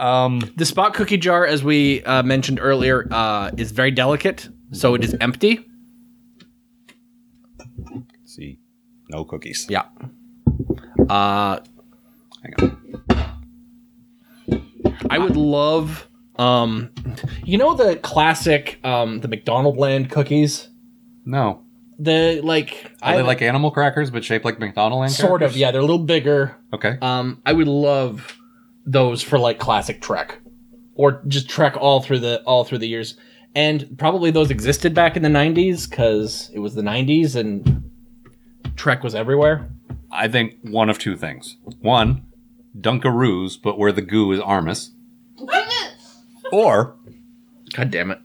Um, The spot cookie jar, as we uh, mentioned earlier, uh, is very delicate, so it is empty. See, no cookies. Yeah. Uh, Hang on. I would love, um, you know, the classic, um, the McDonald Land cookies. No. The like, Are I they like animal crackers but shaped like McDonald's? sort of, yeah, they're a little bigger. Okay. Um, I would love those for like classic Trek, or just Trek all through the all through the years, and probably those existed back in the '90s because it was the '90s and Trek was everywhere. I think one of two things. One, Dunkaroos, but where the goo is Armus. Or God damn it!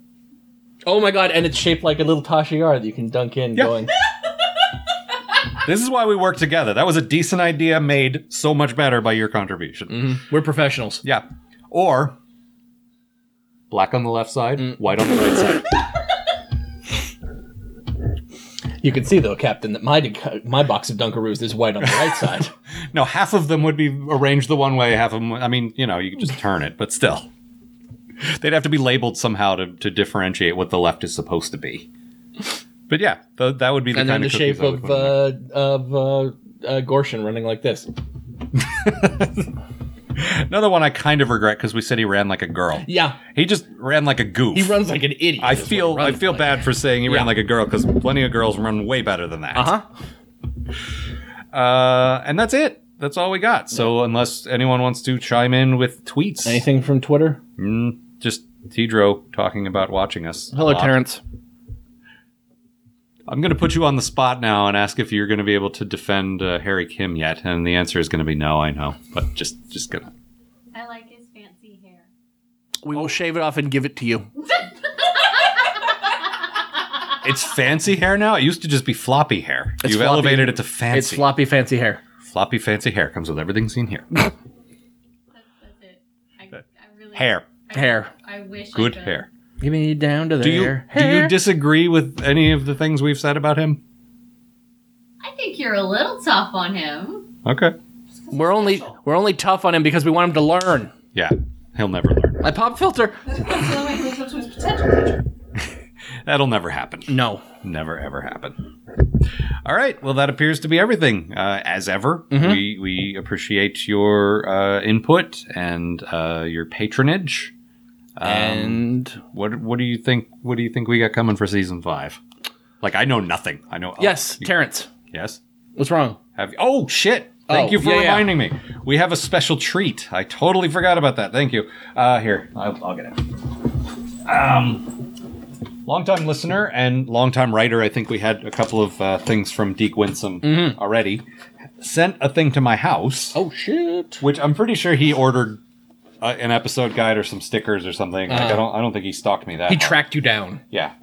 Oh my god! And it's shaped like a little Tasha Yar that you can dunk in. Going, this is why we work together. That was a decent idea made so much better by your contribution. Hmm. we're professionals. Yeah. Or black on the left side, Mm. white on the right side. You can see though, Captain, that my my box of Dunkaroos is white on the right side. No, half of them would be arranged the one way, half of them. I mean, you know, you could just turn it, but still. They'd have to be labeled somehow to, to differentiate what the left is supposed to be. But yeah, th- that would be the and kind then the of cookies shape I would of put in there. uh, of uh, uh, Gorshin running like this. Another one I kind of regret because we said he ran like a girl. Yeah, He just ran like a goof. he runs like an idiot. I is what he feel I runs feel like. bad for saying he Yeah. ran like a girl because plenty of girls run way better than that. Uh-huh. Uh, and that's it. That's all we got. So unless anyone wants to chime in with tweets, Anything from Twitter? Mm, just Tidro talking about watching us. a Hello, lot. Terrence. I'm going to put you on the spot now and ask if you're going to be able to defend uh, Harry Kim yet, and the answer is going to be no. I know, but just just gonna. I like his fancy hair. We will shave it off and give it to you. It's fancy hair now. It used to just be floppy hair. It's You've floppy. elevated it to fancy. It's floppy, fancy hair. floppy fancy hair comes with everything seen here. That's, that's it. I, I really, hair, I, Hair. I wish. I good could. hair. Give me down to Do you there. do you disagree with any of the things we've said about him? I think you're a little tough on him. Okay. we're only we're only tough on him because we want him to learn. Yeah, he'll never learn. I pop filter. That's the only way he lives up to his potential. That'll never happen. No. Never ever happen. All right. Well, that appears to be everything. Uh, as ever, Mhm. we we appreciate your uh, input and uh, your patronage. and what what do you think? What do you think we got coming for season five? Like I know nothing. I know. oh, Yes, Terrence. Yes. What's wrong? Have you, oh shit! Thank Oh, you for yeah, yeah. reminding me. We have a special treat. I totally forgot about that. Thank you. Uh, here, I'll, I'll get it. Um, longtime listener and longtime writer. I think we had a couple of uh, things from Deke Winsome Mhm. already. Sent a thing to my house. Oh shit! Which I'm pretty sure he ordered uh, an episode guide or some stickers or something. Like, I Uh. don't. I don't think he stalked me that. He hard. tracked you down. Yeah.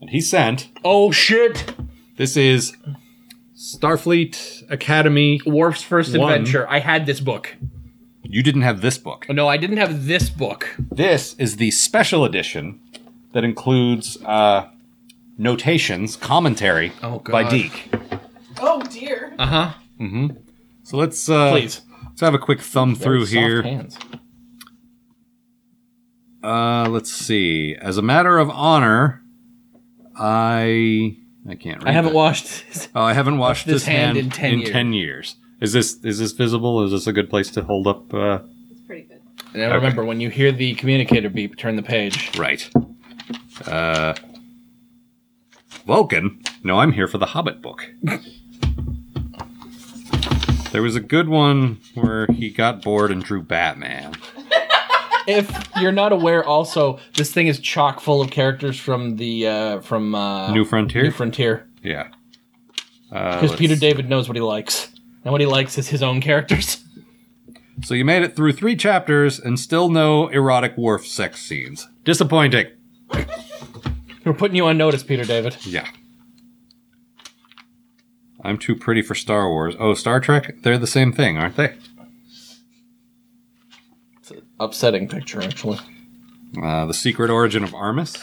And he sent. Oh shit! This is Starfleet Academy Worf's First One. Adventure. I had this book. Oh, You didn't have this book. No, I didn't have this book. This is the special edition that includes uh, notations, commentary by God. Deke. Oh dear. Uh Uh-huh. huh. Mm-hmm. So let's uh, Please. let's have a quick thumb through Soft here. hands. Uh, let's see. As a matter of honor, I I can't. Read I haven't that. washed. Oh, I haven't washed this this, hand, hand in 10 years. years. Is this is this visible? Is this a good place to hold up? Uh, And I remember when you hear the communicator beep, turn the page. Right. Uh, Vulcan? No, I'm here for the Hobbit book. there was a good one where he got bored and drew Batman. If you're not aware, also this thing is chock full of characters from the uh, from uh, New Frontier? Oh, New Frontier. Yeah. Because Uh, Peter David knows what he likes, and what he likes is his own characters. so you made it through three chapters and still no erotic wharf sex scenes. Disappointing. We're putting you on notice, Peter David. Yeah. I'm too pretty for Star Wars. Oh, Star Trek? They're the same thing, aren't they? Upsetting picture, actually. Uh, the Secret Origin of Armus.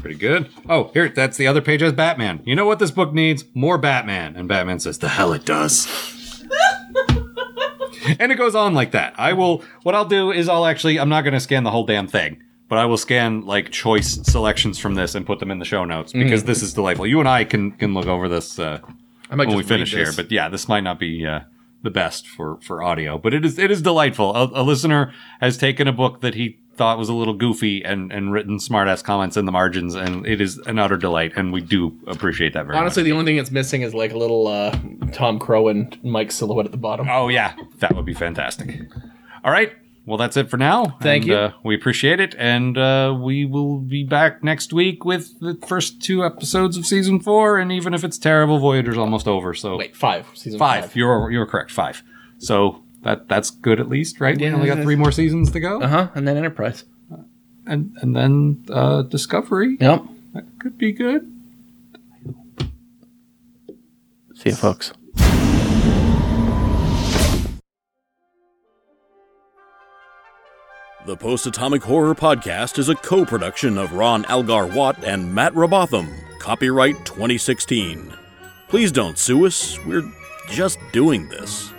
Pretty good. Oh, here, that's the other page has Batman. You know what this book needs? More Batman. And Batman says, the hell it does. and it goes on like that. I will, what I'll do is I'll actually, I'm not going to scan the whole damn thing, but I will scan like choice selections from this and put them in the show notes because Mhm. this is delightful. You and I can, can look over this uh, I might when we just read finish this. here, but yeah, this might not be uh, the best for for audio, but it is it is delightful. A, a listener has taken a book that he thought was a little goofy and and written smart ass comments in the margins, and it is an utter delight, and we do appreciate that very Honestly, the only thing that's missing is like a little uh, Tom Crow and Mike silhouette at the bottom. Oh yeah, much. That would be fantastic. All right. Well, that's it for now. Thank And, you. Uh, we appreciate it, and uh, we will be back next week with the first two episodes of season four. And even if it's terrible, Voyager's almost over. So wait, five season five. You're you're correct. Five. So that that's good at least, right? we only got three more seasons to go. Uh Uh-huh, huh. And then Enterprise. And and then uh, Discovery. Yep. That could be good. See you, folks. The Post Atomic Horror Podcast is a co production of Ron Algar Watt and Matt Robotham. Copyright 2016. Please don't sue us, we're just doing this.